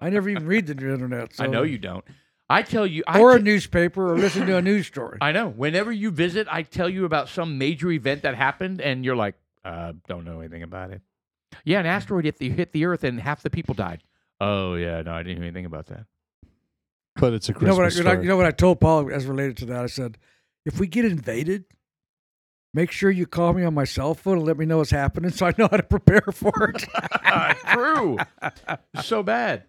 I never even read the internet. So. I know you don't. I tell you, I Or a t- newspaper, or listen to a news story. I know. Whenever you visit, I tell you about some major event that happened, and you're like, uh, don't know anything about it. Yeah, an asteroid hit the, hit the Earth, and half the people died. Hmm. Oh yeah, no, I didn't hear anything about that. but it's a You know, Christmas what I, you, know, story. you know what I told Paul as related to that? I said, if we get invaded, make sure you call me on my cell phone and let me know what's happening so I know how to prepare for it. <laughs> Uh, <laughs> true. It's so bad.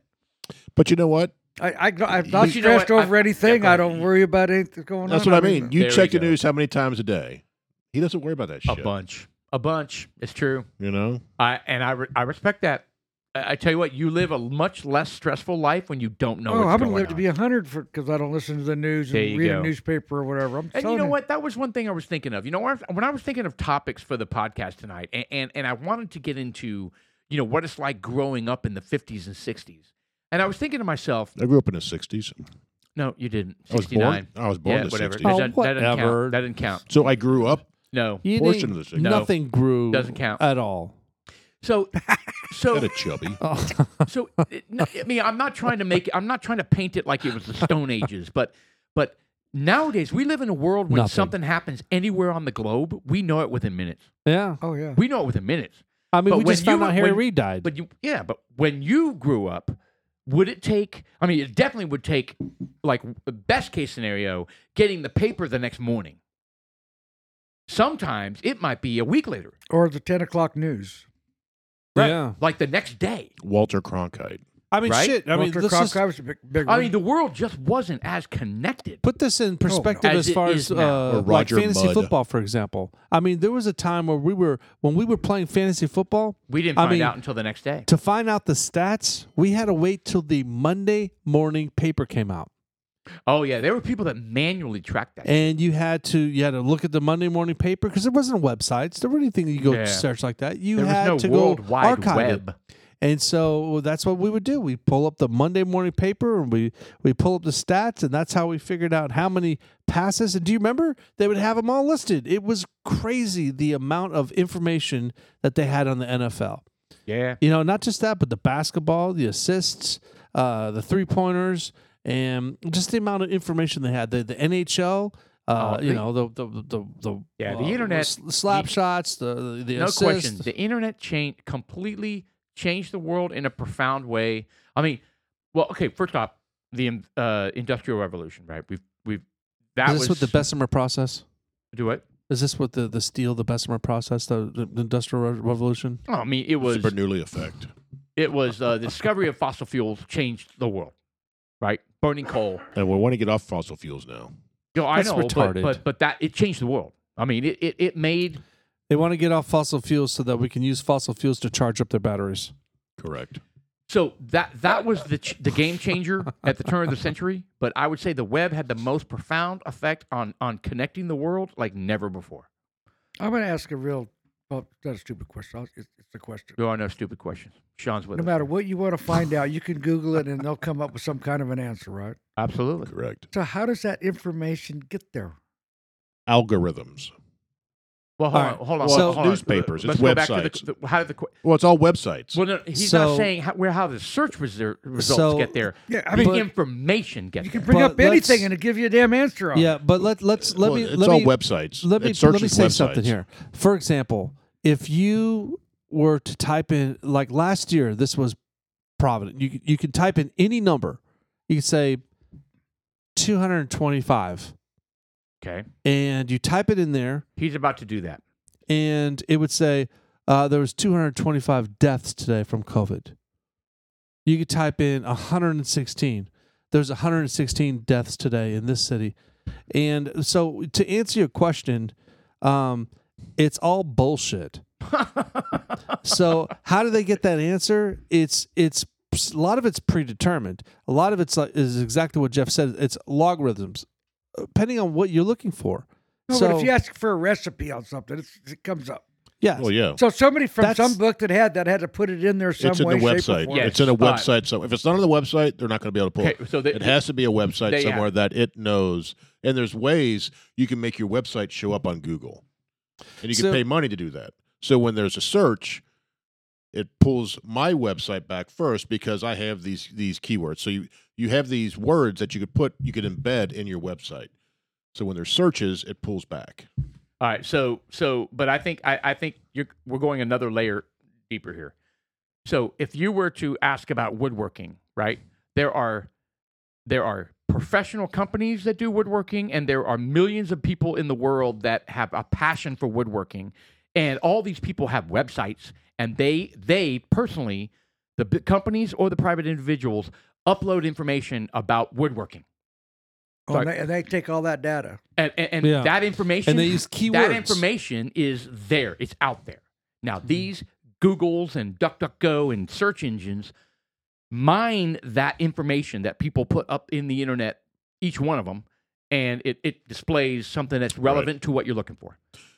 But you know what? I, I, I've not But you know stressed what? over I- anything. yeah, I don't worry about anything going That's on. what I mean. You There check we the go. news how many times a day? He doesn't worry about that A shit. bunch. A bunch. It's true. You know? I and I re- I respect that. I, I tell you what, you live a much less stressful life when you don't know. oh, what's I'm going live to on. be 100 because I don't listen to the news There and you read go. a newspaper or whatever. I'm And telling you know what? That was one thing I was thinking of. You know, when I- when I was thinking of topics for the podcast tonight, and, and, and I wanted to get into, you know, what it's like growing up in the 50s and 60s. And I was thinking to myself, I grew up in the 60s. no, you didn't. I was 69. born. I was born yeah, in the whatever. 60s. that, Oh, doesn't- that doesn't whatever. count. That didn't count. So I grew up. <laughs> No. You portion didn't- of the story. No. Nothing grew. Doesn't count. at <laughs> all. So, Had so, a chubby. Oh. <laughs> so, it- n- I mean, I'm not trying to make, I'm not trying to paint it like it was the Stone Ages, but, but nowadays we live in a world when Nothing. something happens anywhere on the globe, we know it within minutes. yeah. Oh, yeah. We know it within minutes. I mean, But we just when found you- out Harry when- Reid died. But you, yeah, but when you grew up, would it take? I mean, it definitely would take, like best case scenario, getting the paper the next morning. Sometimes it might be a week later, or the ten o'clock news. Yeah. like the next day. Walter Cronkite. I mean, Right? shit. I mean, Walker this Cronkite is, was a big, big I one. mean, the world just wasn't as connected. put this in perspective Oh, As as, it far is as now. Or uh, like Roger fantasy Mudd. football, for example. I mean, there was a time where we were when we were playing fantasy football. We didn't I find mean, out until the next day. to find out the stats. We had to wait till the Monday morning paper came out, Oh yeah, there were people that manually tracked that. and you had to you had to look at the Monday morning paper because there wasn't websites. There were anything you go Yeah. search like that. You there was had no to world go wide archive it. web. And so that's what we would do. We pull up the Monday morning paper and we we pull up the stats, and that's how we figured out how many passes. And do you remember they would have them all listed? It was crazy the amount of information that they had on the NFL. Yeah. You know, not just that, but the basketball, the assists, uh, the three pointers, and just the amount of information they had. The the NHL. Uh, Oh, you the- know the the the, the Yeah, the uh, internet- sl- slap the- shots the the, the no assists. question. The internet changed completely changed the world in a profound way. I mean, well, okay. First off, the um, uh, industrial revolution, right? We've we've that Is this was what the Bessemer process? do what? Is this what the the steel, the Bessemer process, the, the the industrial Re- revolution? Oh, I mean, it was Super Newley effect. it was uh, the discovery of fossil fuels changed the world, right? Burning coal. And we want to get off fossil fuels now. Yo, I That's know, but- retarded. But, but that it changed the world. I mean, it it, it made They want to get off fossil fuels so that we can use fossil fuels to charge up their batteries. Correct. so that that was the ch- the game changer at the turn of the century. But I would say the web had the most profound effect on on connecting the world like never before. I'm going to ask a real, well, not a stupid question. I'll- It's, it's a question. There are no stupid questions. Sean's with No us. matter what you want to find out, you can Google it and they'll come up with some kind of an answer, right? Absolutely. Correct. So how does that information get there? Algorithms. Well, hold All on. right. Hold on. Well, hold on. newspapers, Let's it's go back to the, websites. the, how did the que- Well, it's all websites. well, no, he's not So- saying how, where how the search reser- results So- get there. Yeah, I the mean- information gets You can there. bring But up anything let's- and it'll give you a damn answer on it. Yeah, but let let's let Well, me it's let all me, websites. Let me It searches let me say websites. something here. For example, if you were to type in like last year, this was Provident. You c- you can type in any number. You could say two hundred twenty five, Okay, and you type it in there, he's about to do that. and it would say uh, there was 225 deaths today from COVID. You could type in 116. There's 116 deaths today in this city, and so to answer your question, um, it's all <laughs> bullshit. so how do they get that answer? It's it's a lot of it's predetermined. A lot of it's like, is exactly what Jeff said. It's logarithms, uh, depending on what you're looking for. No, so but if you ask for a recipe on something, it's, it comes up. yes. Well, yeah. So somebody from That's- some book that had that had to put it in there some It's in the way, shape, or website. form. Yeah. It's in a All right. website. So if it's not on the website, they're not going to be able to pull. Okay, it. so they- it has to be a website they have- somewhere that it knows. And there's ways you can make your website show up on Google, and you can So- pay money to do that. So when there's a search, it pulls my website back first because I have these these keywords. So you you have these words that you could put you could embed in your website. So when there's searches, it pulls back. All right, so so, but I think I, I think you're we're going another layer deeper here. So if you were to ask about woodworking, right? There are there are professional companies that do woodworking, and there are millions of people in the world that have a passion for woodworking, and all these people have websites, and they they personally, the b- companies or the private individuals, upload information about woodworking, Oh, and, they, and they take all that data. and and, and Yeah. that information and they use keywords. Hmm. that information is there. It's out there. Now, these Googles and DuckDuckGo and search engines mine that information that people put up in the internet, each one of them, and it, it displays something that's relevant to what you're looking for.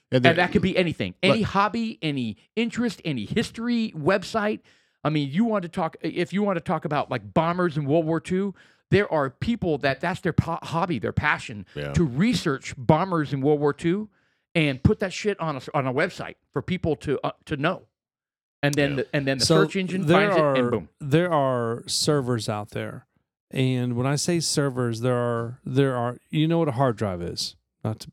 then- And that could be anything any hobby, any interest, any history website. I mean, you want to talk, if you want to talk about like bombers in World War II, there are people that that's their po- hobby, their passion Yeah. to research bombers in World War II and put that shit on a, on a website for people to uh, to know. And then the, and then the search engine finds it and boom. There are servers out there, and when I say servers, there are there are you know what a hard drive is. Not to,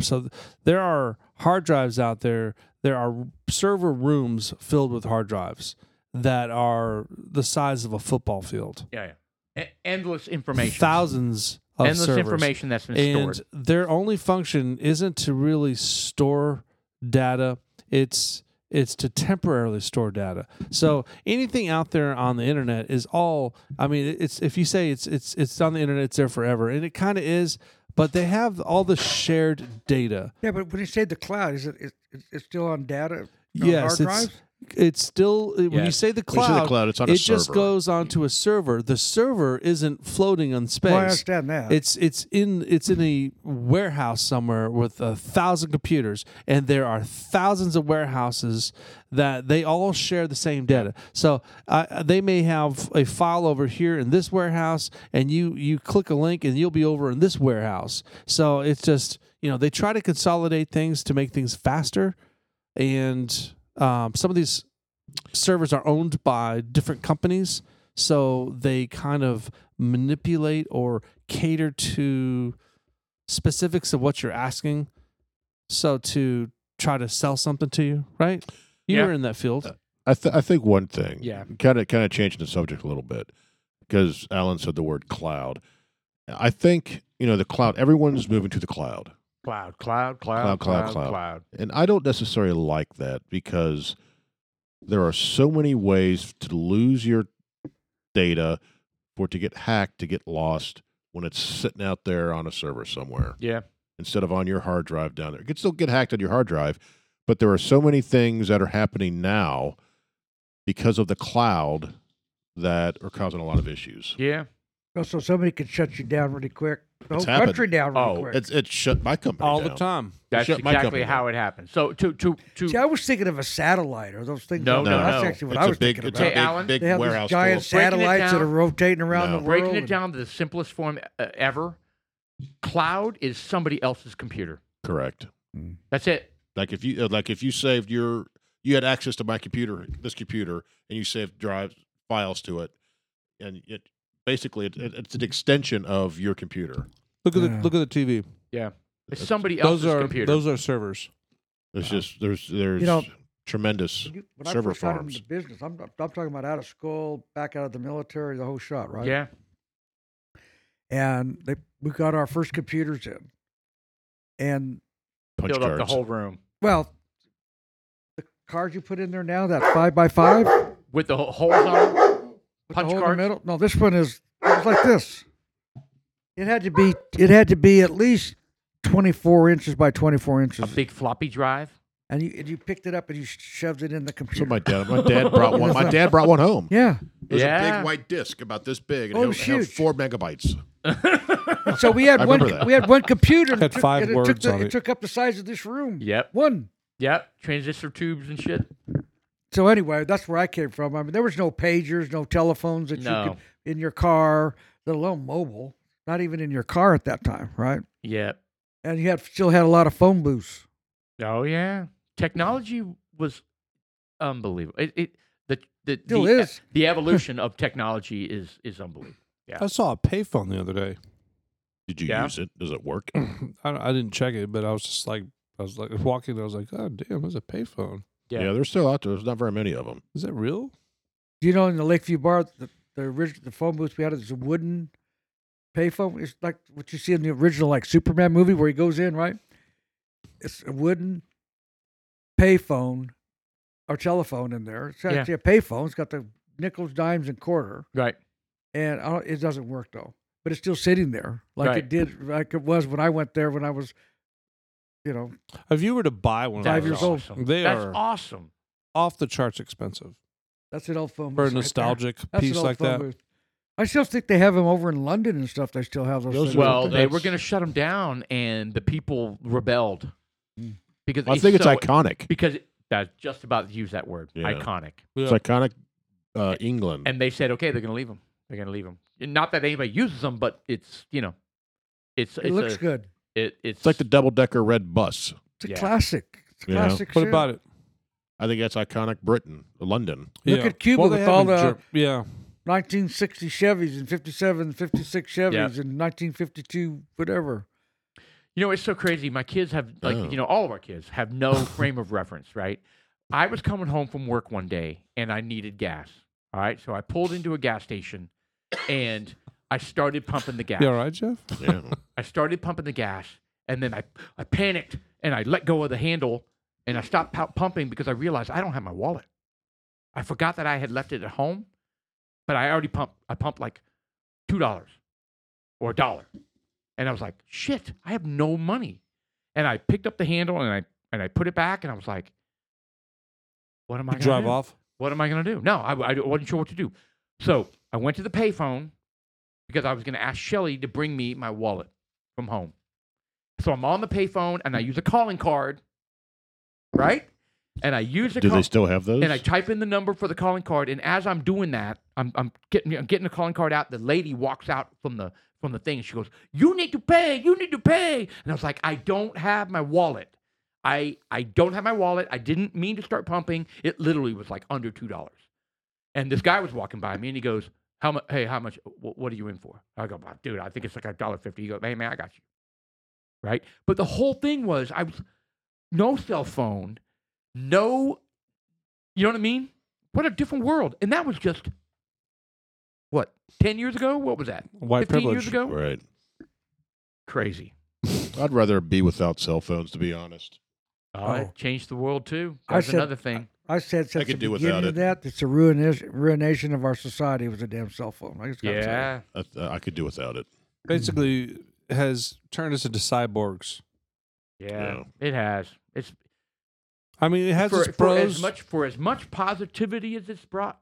so th- there are hard drives out there. There are server rooms filled with hard drives that are the size of a football field. Yeah, yeah. E- endless information. Thousands of endless servers. information that's been and stored. their only function isn't to really store data it's it's to temporarily store data so anything out there on the internet is all i mean it's if you say it's it's it's on the internet it's there forever and it kind of is but they have all the shared data Yeah, but when you say the cloud, is it, it it's still on data? on yes hard it's drives? Oh, it's still when you Yes. say the When you say cloud, the cloud, it's on a it just server. goes onto a server the server isn't floating on space Well, I understand that. it's it's in it's in a warehouse somewhere with a thousand computers, and there are thousands of warehouses that they all share the same data. So uh, they may have a file over here in this warehouse, and you you click a link, and you'll be over in this warehouse. So it's just you know they try to consolidate things to make things faster, and um, some of these servers are owned by different companies, so they kind of manipulate or cater to specifics of what you're asking. So to try to sell something to you, right? You Yeah. were in that field. I, th- I think one thing. Yeah. Kind of kind of changing the subject a little bit because Alan said the word cloud. I think you know the cloud. Everyone's moving to the cloud, Cloud, cloud, Cloud, cloud, cloud. and I don't necessarily like that because there are so many ways to lose your data, for it to get hacked, to get lost when it's sitting out there on a server somewhere. Yeah. instead of on your hard drive down there. It could still get hacked on your hard drive, but there are so many things that are happening now because of the cloud that are causing a lot of issues. Yeah. Oh, so somebody could shut you down really quick. The It's whole happened. country down really Oh, quick. It's it shut my company All the down. time. That's shut my exactly company how it happened. So to to to See, I was thinking of a satellite or those things. No, out No, there. no, That's actually what it's I a was big, thinking it's about. Hey, a big, Alan? big they have warehouse. these giant full breaking it satellites that down- are rotating around No. the world. breaking it and- down to the simplest form uh, ever. Cloud is somebody else's computer. of- correct. That's it. Like if you uh, like if you saved your you had access to my computer, this computer, and you saved drives files to it, and it basically it, it- it's an extension of your computer. Look at Yeah. the look at the TV. It's somebody else's Those are computer. those are servers. It's just there's there's You know- tremendous. You- When Server I first got farms. into business, I'm, I'm talking about out of school, back out of the military, the whole shot, right? Yeah. And they, we got our first computers in. And, punch Filled up the cards. whole room well, the cards you put in there now, that five by five, with with the ho- holes on. it. the Punch hole in cards? the middle. No, this one is it was like this. It had to be. It had to be at least twenty-four inches by twenty-four A inches. big floppy drive. and you and you picked it up and you shoved it in the computer. So my dad, my dad brought one. My dad brought one <laughs> home. yeah. It was a Yeah. big white disc about this big, and Oh, it it was had huge. four megabytes. And so we had I one. remember that. We had one computer. and Had it took- five and it took words the, on it. it. took up the size of this room. Yep. One. Yep. Transistor tubes and shit. So anyway, that's where I came from. I mean, there was no pagers, no telephones that you No. could in your car, let alone mobile. Not even in your car at that time, right? Yep. And you had still had a lot of phone booths. Oh yeah. Technology was unbelievable. It, it the the Still the, is. the evolution of technology is is unbelievable. Yeah. I saw a payphone the other day. Did you Yeah. use it? Does it work? I, I didn't check it, but I was just like I was like walking. I was like, oh damn, there's a payphone. Yeah. they're still out there. There's not very many of <laughs> them. Is that real? You know, in the Lakeview Bar, the, the original the phone booth we had is a wooden payphone. It's like what you see in the original like Superman movie where he goes in, right? It's a wooden payphone or telephone in there. It's Yeah. actually a payphone. It's got the nickels, dimes, and quarter, Right. and I don't, it doesn't work though. But it's still sitting there like Right. it did, like it was when I went there when I was, you know, If you were to buy one, of That Five is those, years old. awesome. They That's are awesome. off the charts expensive that's an old phone. for a booth right there. nostalgic That's an piece old like phone that. booth. I still think they have them over in London and stuff. They still have those. Those things are- up Well, there. they that's- were going to shut them down, and the people rebelled because I think it's so- iconic. because that's just about to use that word Yeah. iconic. It's iconic. Uh, England. And they said, okay, they're going to leave them. They're going to leave them. Not that anybody uses them, but it's you know, it's It it's looks a- good. It, it's it's like the double decker red bus. It's a Yeah. classic. It's a Yeah. classic. What shit. about it? I think that's iconic. Britain, <laughs> London. Look at Cuba Well, they with have all in the- Jer- yeah. 1960 Chevys and 57, 56 Chevys and 1952 whatever. you know, it's so crazy. My kids have like Oh. you know, all of our kids <laughs> have no frame of reference, right? I was coming home from work one day and I needed gas. All right, so I pulled into a gas station, and I started <laughs> pumping the gas. You all right, Jeff? Yeah. I started pumping the gas, and then I, I panicked and I let go of the handle and I stopped pou- pumping because I realized I don't have my wallet. I forgot that I had left it at home, but I already pumped. I pumped like two dollars or a dollar, and I was like, "Shit, I have no money." And I picked up the handle and I and I put it back, and I was like, "What am I?" gonna Drive do? off. what am I going to do? No, I, I wasn't sure what to do. So I went to the payphone because I was going to ask Shelly to bring me my wallet from home. So I'm on the payphone and I use a calling card, right? And I use the Do call- they still have those? and I type in the number for the calling card. And as I'm doing that, I'm, I'm getting I'm getting the calling card out. The lady walks out from the from the thing. She goes, "You need to pay. You need to pay." And I was like, "I don't have my wallet. I I don't have my wallet. I didn't mean to start pumping. It literally was like under two dollars." And this guy was walking by me, and he goes, "How much? Hey, how much? wh- What are you in for?" I go, "Well, "Dude, I think it's like a dollar fifty. He goes, "Hey, man, I got you." Right? But the whole thing was, I was no cell phone, no you know what I mean? What a different world. And that was just what, ten years ago? What was that? White Fifteen privilege. years ago? right. Crazy. I'd rather be without cell phones, to be honest. Oh, it Oh. changed the world too. I That's said- another thing. I said since could the do without beginning it. of that, it's a ruination, ruination of our society was a damn cell phone. I just gotta tell you. yeah. I, I could do without it. Basically, has turned us into cyborgs. yeah. Yeah. It has. It's I mean, it has for, its for pros, as much for as much positivity as it's brought,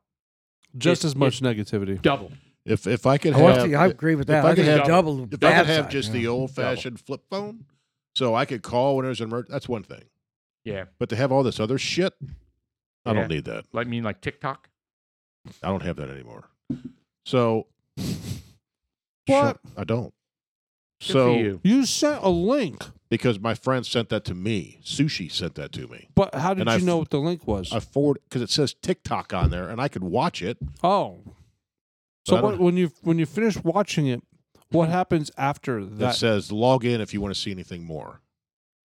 just it- as much negativity. double. If if I could Oh, I, have, see, I agree with if that. I I, could think have- it's double. if I bad could have side, just yeah. the old fashioned flip phone, so I could call when there's an emergency. That's one thing. Yeah. But to have all this other shit, I Yeah. don't need that. Like I mean like TikTok. I don't have that anymore. So What? I don't. Good so for you. You sent a link, because my friend sent that to me, sushi sent that to me. but how did And I you know f- what the link was? I forward because it says TikTok on there, and I could watch it. oh, so I what, don't- when you when you finish watching it, <laughs> what happens after that that? says log in if you want to see anything more.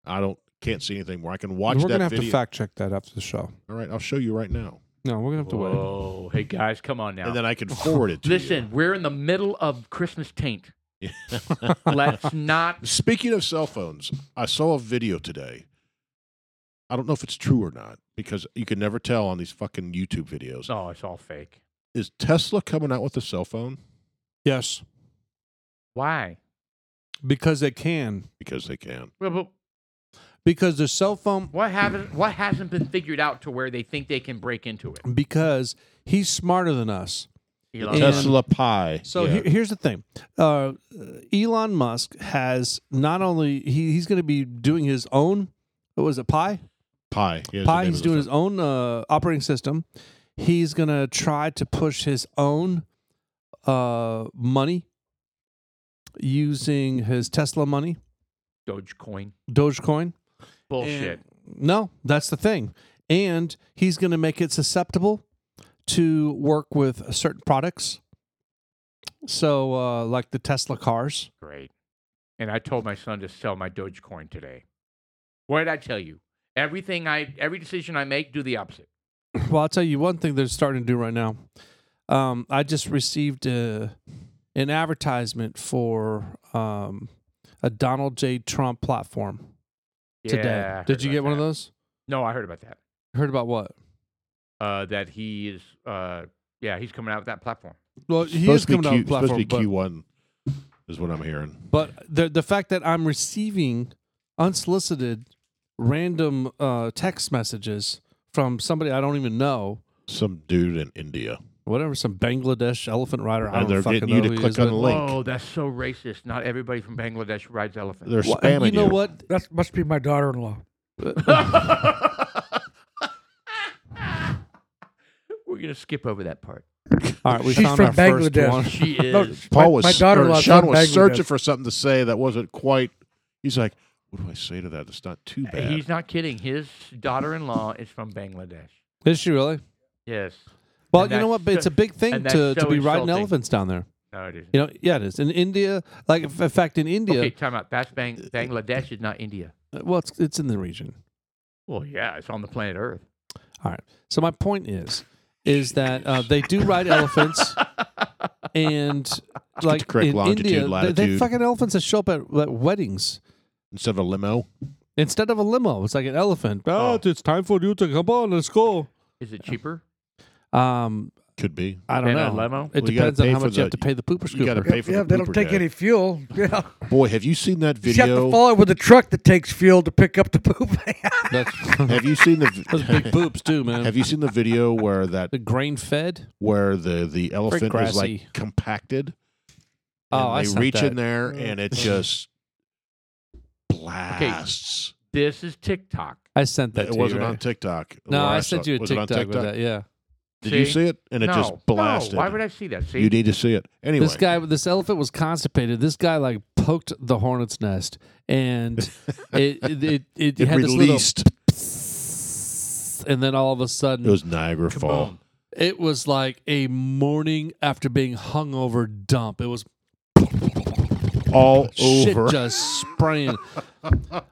I don't can't see anything more. I can watch We're that gonna have video. to fact check that after the show. All right, I'll show you right now, No, we're gonna have to wait. Whoa. Hey guys, come on now. and then I <laughs> can forward it. to you. Listen, we're in the middle of Christmas taint. Let's <laughs> not Speaking of cell phones, I saw a video today. I don't know if it's true or not because you can never tell on these fucking YouTube videos. No, Oh, it's all fake. Is Tesla coming out with a cell phone Yes, Why? because they can. because they can? Well, but Because the cell phone. What haven't what hasn't been figured out to where they think they can break into it? Because he's smarter than us. Elon And- Musk. Tesla Pi. So Yeah. he- here's the thing: uh, Elon Musk has not only he, he's going to be doing his own. What was it? Pi. Pi. yeah, is the Pi. name He's of the doing phone. his own uh, operating system. He's going to try to push his own uh, money using his Tesla money, Dogecoin Dogecoin. bullshit. And- no, that's the thing. And he's going to make it susceptible to work with certain products. So, uh, like the Tesla cars. <coughs> Great. And I told my son to sell my Dogecoin today. What did I tell you? Everything I every decision I make, do the opposite. Well, I'll tell you one thing they're starting to do right now. Um, I just received a, an advertisement for um, a Donald J. Trump platform today. Yeah, I heard Did you about get one of that. those? No, I heard about that. Heard about what? Uh, that he is. Uh, yeah, he's coming out with that platform. Well, he is supposed to coming be out Q, with a platform, supposed to but be Q1 is what I'm hearing. But the the fact that I'm receiving unsolicited random uh, text messages from somebody I don't even know, Some dude in India. whatever, some Bangladesh elephant rider, And I don't they're fucking getting know you to who he click is, on but- the link. Whoa, Oh, that's so racist. Not everybody from Bangladesh rides elephants. They're Well, spamming you know what? That must be my daughter-in-law. We're gonna skip over that part. All right, we She's found from our Bangladesh. first one. <laughs> She is. No, Paul my, was my daughter-in-law. or Sean was searching for something to say that wasn't quite. He's like, "What do I say to that? That's not too bad." He's not kidding. His daughter-in-law is from Bangladesh. Is she really? Yes. Well, And you know that's what? But It's a so- big thing and that's to, to so be riding insulting. elephants down there. No, it isn't. You know, yeah, it is in India. Like, in fact, in India, Okay, time out. That's Bang- Bangladesh is not India. uh, well, it's it's in the region. Well, yeah, it's on the planet Earth. All right. So my point is, is that uh, they do ride elephants, and like correct in longitude, India, they- They, latitude. fucking elephants that show up at, at weddings instead of a limo. instead of a limo. It's like an elephant. Oh. "Oh, it's time for you to come on. Let's go. Is it cheaper? Um, Could be. I don't Than a know. limo? It Well, you gotta depends on pay how for much you have the- to pay the pooper you gotta scooper. pay for yeah, the they don't pooper take guy. any fuel. Yeah. Boy, have you seen that <laughs> You have to video? follow with a truck that takes fuel to pick up the poop. <laughs> That's, <laughs> Have you seen those the <laughs> big boobs too, man. Have you seen the video where <laughs> that the grain fed? where the the elephant is grassy. like compacted? Oh, and I they sent reach in that. Mm. there and <laughs> it just blasts. This is TikTok. I sent that. It to wasn't you, right? on TikTok. No, where I saw sent it. you a Was it on TikTok with that. Yeah. Did you See? see it? And it just No, blasted. No, why would I see that? See, You need to see it anyway. This guy, this elephant was constipated. This guy like poked the hornet's nest, <laughs> and it it it, it, it had released. this little, <laughs> and then all of a sudden, It was Niagara Fall. It was like a morning after being hungover dump. It was All <laughs> shit over. <laughs> just spraying So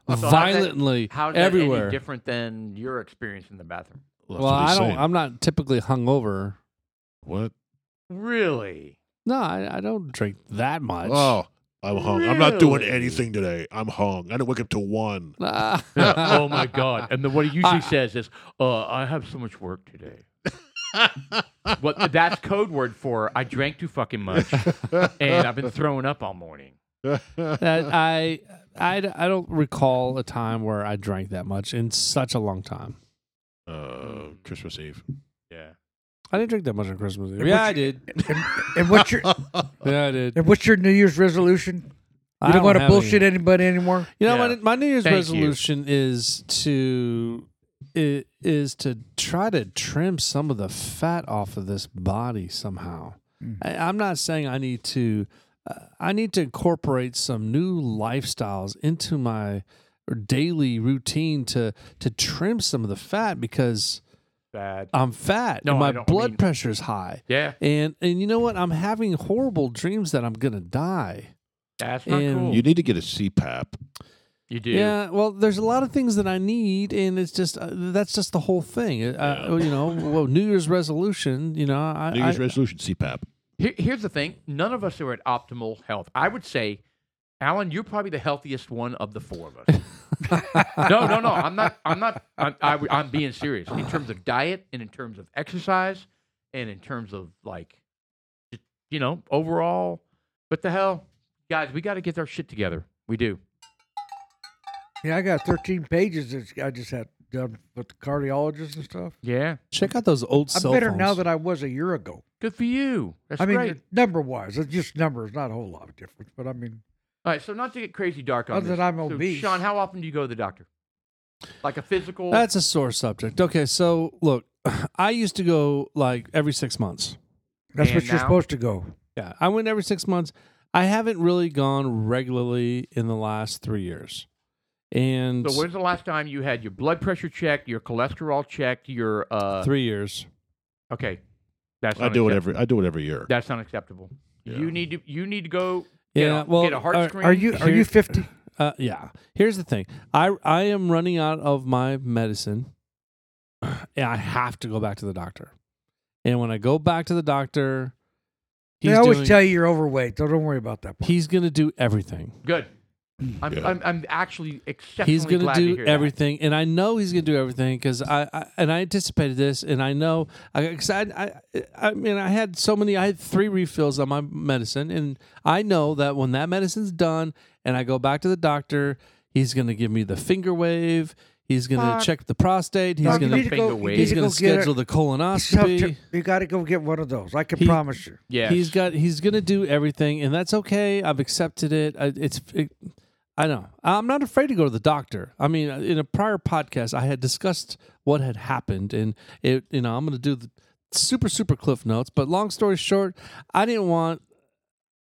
how's that- violently how's that any everywhere. different than your experience in the bathroom? That's well, what he's I don't. saying. I'm not typically hungover. what? Really? No, I, I don't drink that much. Oh, I'm hung. I'm not doing Really? anything today. I'm hung. I didn't wake up till one. <laughs> Ah. <laughs> oh my god! And then what he usually I- says is, uh, "I have so much work <laughs> today." What that's code word for I drank too fucking <laughs> much, and I've been throwing up all morning. Uh, <laughs> that I, I d- I don't recall a time where I drank that much in such a long time. Uh, Christmas Eve. Yeah. I didn't drink that much on Christmas Eve. And Yeah, what I you- did. and what's your <laughs> Yeah, I did. <laughs> and what's your New Year's resolution? You I don't want to have any. bullshit anybody anymore. You know, Yeah. my, my New Year's Thank you. resolution is to i- is to try to trim some of the fat off of this body somehow. Mm. I, I'm not saying I need to. Uh, I need to incorporate some new lifestyles into my daily routine to to trim some of the fat because Bad. I'm fat. No, and I my don't blood mean- pressure's high. Yeah. And and you know what? I'm having horrible dreams that I'm gonna die. That's not And- cool. You You, need to get a CPAP. do. Yeah. Well, there's a lot of things that I need, and it's just uh, that's just the whole thing. Uh, You know, <laughs> well, New Year's resolution. You know, I, New Year's I- resolution CPAP. Here, here's the thing: none of us are at optimal health. I would say, Alan, you're probably the healthiest one of the four of <laughs> us. no, no, no. I'm not. I'm not. I'm, I, I'm being serious in terms of diet and in terms of exercise and in terms of like, just, you know, overall. What the hell, guys? We got to get our shit together. We do. Yeah, I got 13 pages that I just had done with the cardiologists and stuff. Yeah. check out those old I'm cell better phones. now than I was a year ago. Good for you. That's I mean, great. number wise, it's just numbers, not a whole lot of difference. But I mean, All right. So not to get crazy dark on Other this. than I'm so, obese. Sean, how often do you go to the doctor? Like a physical. Uh, That's a sore subject. Okay, so look, <laughs> I used to go like every six months. that's And what you're now? supposed to go. Yeah, I went every six months. I haven't really gone regularly in the last three years, and So when's the last time you had your blood pressure checked, your cholesterol checked, your uh three years. okay. That's I do it unaccept- every. I do it every year. That's unacceptable. You need to you need to go get, Yeah, a, well, uh, get a heart are- screen. Are you are you Here- 50? Uh, yeah. Here's the thing. I I am running out of my medicine, <sighs> and I have to go back to the doctor. And when I go back to the doctor, he's They always doing- tell you you're overweight, so don't worry about that. part. he's going to do everything. good? I'm, Yeah. I'm I'm actually exceptionally He's going to glad to do hear that. everything, and I know he's going to do everything because I, I and I anticipated this, and I know I, 'cause I I I mean I had so many I had three refills on my medicine, and I know that when that medicine's done, and I go back to the doctor, he's going to give me the finger wave. He's going Doc. to check the prostate. He's Doc, going you need to to finger go, wave. you need he's to going go to get schedule it. the Yourself colonoscopy. to- You got to go get one of those. I can He- promise you. Yeah. He's got he's going to do everything, and that's okay. I've accepted it. I, it's it, I know I'm not afraid to go to the doctor. I mean, uh, in a prior podcast, I had discussed what had happened, and it you know I'm going to do the super super cliff notes. But long story short, I didn't want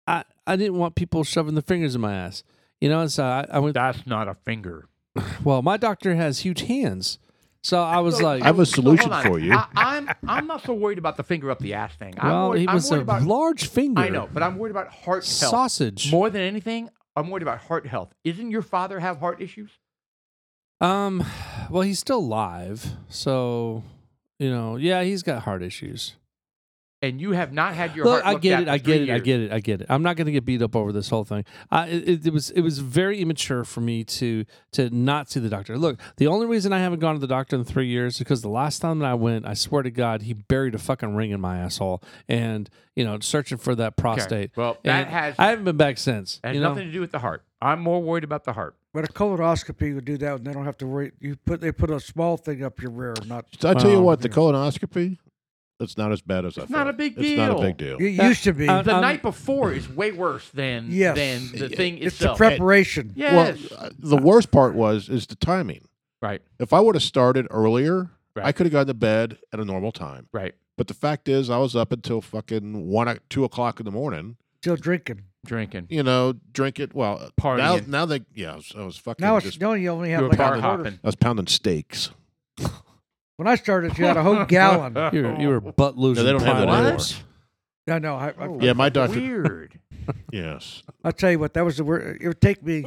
I I didn't want people shoving their fingers in my ass. You know, and so I, I went. That's not a finger. Well, my doctor has huge hands, so I was like, I have a So hold solution on. for you. I, I'm I'm not so worried about the finger up the ass thing. I'm well, worried, he I'm was worried a about large finger. I know, but I'm worried about heart health. sausage. More than anything, I'm worried about heart health. Isn't your father have heart issues? Um, well, he's still alive, so you know, yeah, he's got heart issues. and you have not had your Look, heart I looked get at it. for I three get it. I years. get it. I get it. I'm not going to get beat up over this whole thing. I, it, it was it was very immature for me to to not see the doctor. Look, the only reason I haven't gone to the doctor in three years is because the last time that I went, I swear to God, he buried a fucking ring in my asshole, and you know, searching for that prostate. Well, that And has- I haven't been back since. It has you know? nothing to do with the heart. I'm more worried about the heart. But a colonoscopy would do that, and they don't have to worry. You put they put a small thing up your rear, not. I tell you Wow. what, the colonoscopy, it's not as bad as I It's not thought. a big It's not a deal. big deal. It used to be. uh, The Um, night before is way worse than Yes. than the thing it's the itself. preparation. yes. Well, uh, the worst part was is the timing. right. If I would have started earlier, I Right. could have gone to bed at a normal time. Right. But the fact is, I was up until fucking one, o- two o'clock in the morning. Still drinking. Drinking. You know, drink it. Well, uh, Partying. now, now they, yeah, I was, I was fucking. Now just- it's no. You only have You were like bar a quarter. hopping. I was pounding steaks. When I started, you had a whole gallon. You were, you were butt losing. they don't have that prime. anymore. What? No, no. I, I, Yeah, my doctor. Weird. Yes, I'll tell you what. That was the word. It would take me.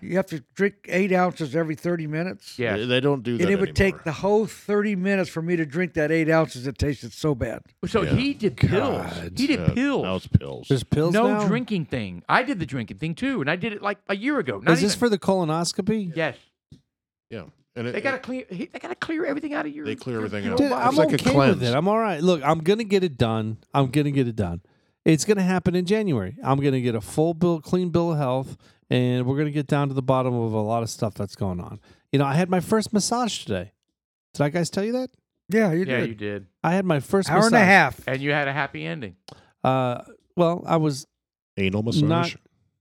You have to drink eight ounces every thirty minutes. They- Yeah. they don't do that. And it would anymore. take the whole thirty minutes for me to drink that eight ounces. It tasted so bad. So Yeah. he did pills. God. He did Yeah, pills. Now it's pills. There's pills no now? drinking thing. I did the drinking thing too, and I did it like a year ago. Not Is this even- for the colonoscopy? Yes. yeah, and it, They gotta clear. he- They gotta clear everything out of your. Uh, They clear your- everything your out. Dude, body. I'm It's like a okay cleanse. with it. I'm all right. Look, I'm gonna get it done. I'm gonna get it done. It's gonna happen in January. I'm gonna get a full bill, clean bill of health, and we're gonna get down to the bottom of a lot of stuff that's going on. You know, I had my first massage today. Did I guys tell you that? Yeah, you Yeah, did. you did, I had my first Hour and a massage. half. and you had a happy ending. Uh, well, I was anal massage.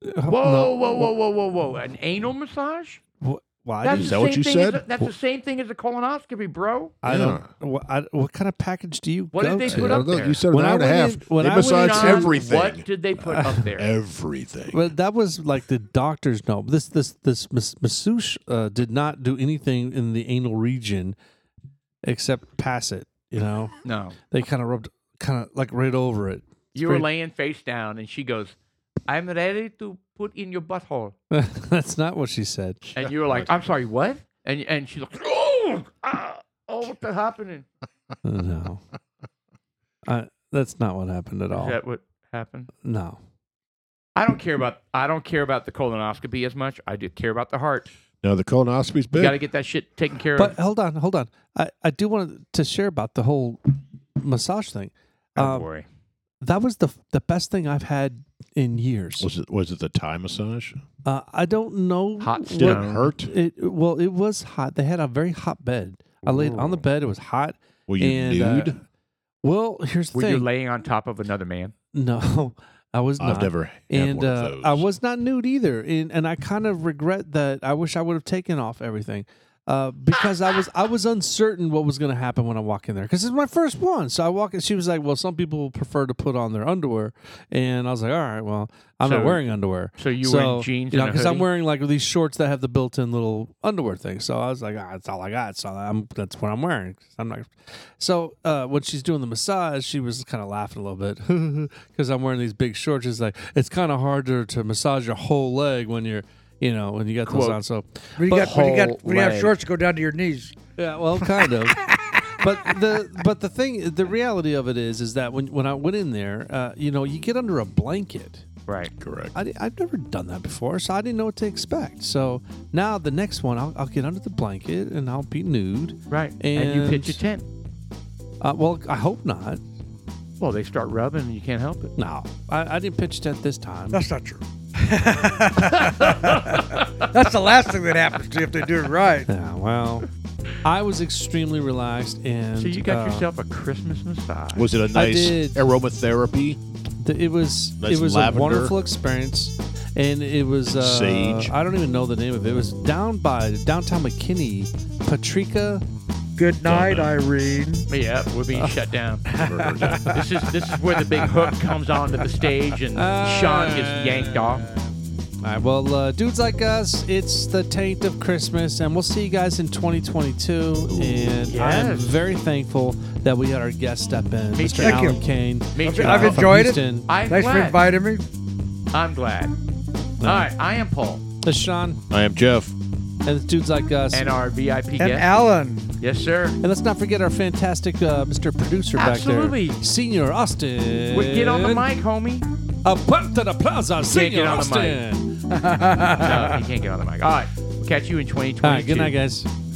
Not- Whoa, whoa, whoa, whoa, whoa, whoa! An anal massage? Wh- Why? That's Is the that what same you thing as said? a- that's the same thing as a colonoscopy, bro. I don't. What, I, what kind of package do you? What did go they to? Yeah, put up look, there. You said an When I hour and a went half. in- when they I went massage in- John, everything. What did they put up <laughs> there? Everything. Well, that was like the doctor's note. This this this mas- masseuse uh, did not do anything in the anal region except pass it. You know, No, they kind of rubbed, kind of like right over it. <laughs> you were pretty- laying face down, and she goes, "I'm ready to put in your butthole," That's not what she said. and you were like, "I'm sorry, what?" And and she's like, "Oh, ah, oh, what's happening?" No, I, that's not what happened at all. Is that what happened? No, I don't care about I don't care about the colonoscopy as much. I do care about the heart. no, the colonoscopy's You big. got to get that shit taken care but of. hold on, hold on. I I do want to share about the whole massage thing. Don't um, worry. That was the the best thing I've had in years. was it was it the Thai massage? Uh, I don't know Hot what- Did it hurt? It well, it was hot. They had a very hot bed. I laid on the bed. It was hot. Were you and, uh, nude? well, here's the Were you thing. laying on top of another man? no, <laughs> I was I've not. never had and one of uh, those. I was not nude either. And and I kind of regret that. I wish I would have taken off everything. Uh, because I was I was uncertain what was going to happen when I walk in there because it's my first one. So I walk in. She was like, "Well, some people prefer to put on their underwear," and I was like, "All right, well, I'm So- not wearing underwear." So you so, were in jeans you know, and a because hoodie? I'm wearing like these shorts that have the built-in little underwear thing. So I was like, ah, that's all I got. So I'm that's what I'm wearing. I'm not. So uh, when she's doing the massage, she was kind of laughing a little bit <laughs> because I'm wearing these big shorts. It's like it's kind of harder to massage your whole leg when you're, you know, when you got those Quote. on. So But you got when you got when you have Butthole shorts that go down to your knees. yeah, well, kind of. but the but the thing, the reality of it is, is that when when I went in there, uh, you know, you get under a blanket. Right. correct. I, have never done that before, so I didn't know what to expect. So now the next one, I'll, I'll get under the blanket and I'll be nude. Right. And, you pitch a And- tent. Uh, well, I hope not. Well, they start rubbing and you can't help it. No, I, I didn't pitch a tent this time. That's not true. <laughs> That's the last thing that happens to you if they do it right. <laughs> Yeah, well, I was extremely relaxed and So you got uh, yourself a Christmas massage. was it a nice did. aromatherapy? th- it was Nice it was lavender. a wonderful experience, and it was uh, Sage. I don't even know the name of it. It was down by downtown McKinney, Patrica. Good night, Irene. Yeah, we're being shut down. Uh, <laughs> this is this is where the big hook comes onto the stage and Sean gets yanked off. All right, well, uh, dudes like us, it's the taint of Christmas, and we'll see you guys in 2022. And I am yes. very thankful that we had our guest step in, Me Mr. too. Thank you. Alan Kane. Me too. I've from enjoyed it. Houston. I'm Thanks for glad. inviting me. I'm glad. All right, I am Paul This is Sean, I am Jeff. and it's dudes like us. and our VIP And guest. Alan. Yes, sir. And let's not forget our fantastic uh, Mr. Producer Absolutely. back there, Senior Austin. We get on the mic, homie. Up to the plaza, Senior get on the Austin. No, you can't get on the mic. All right. We'll catch you in 2022. All right, good night, guys.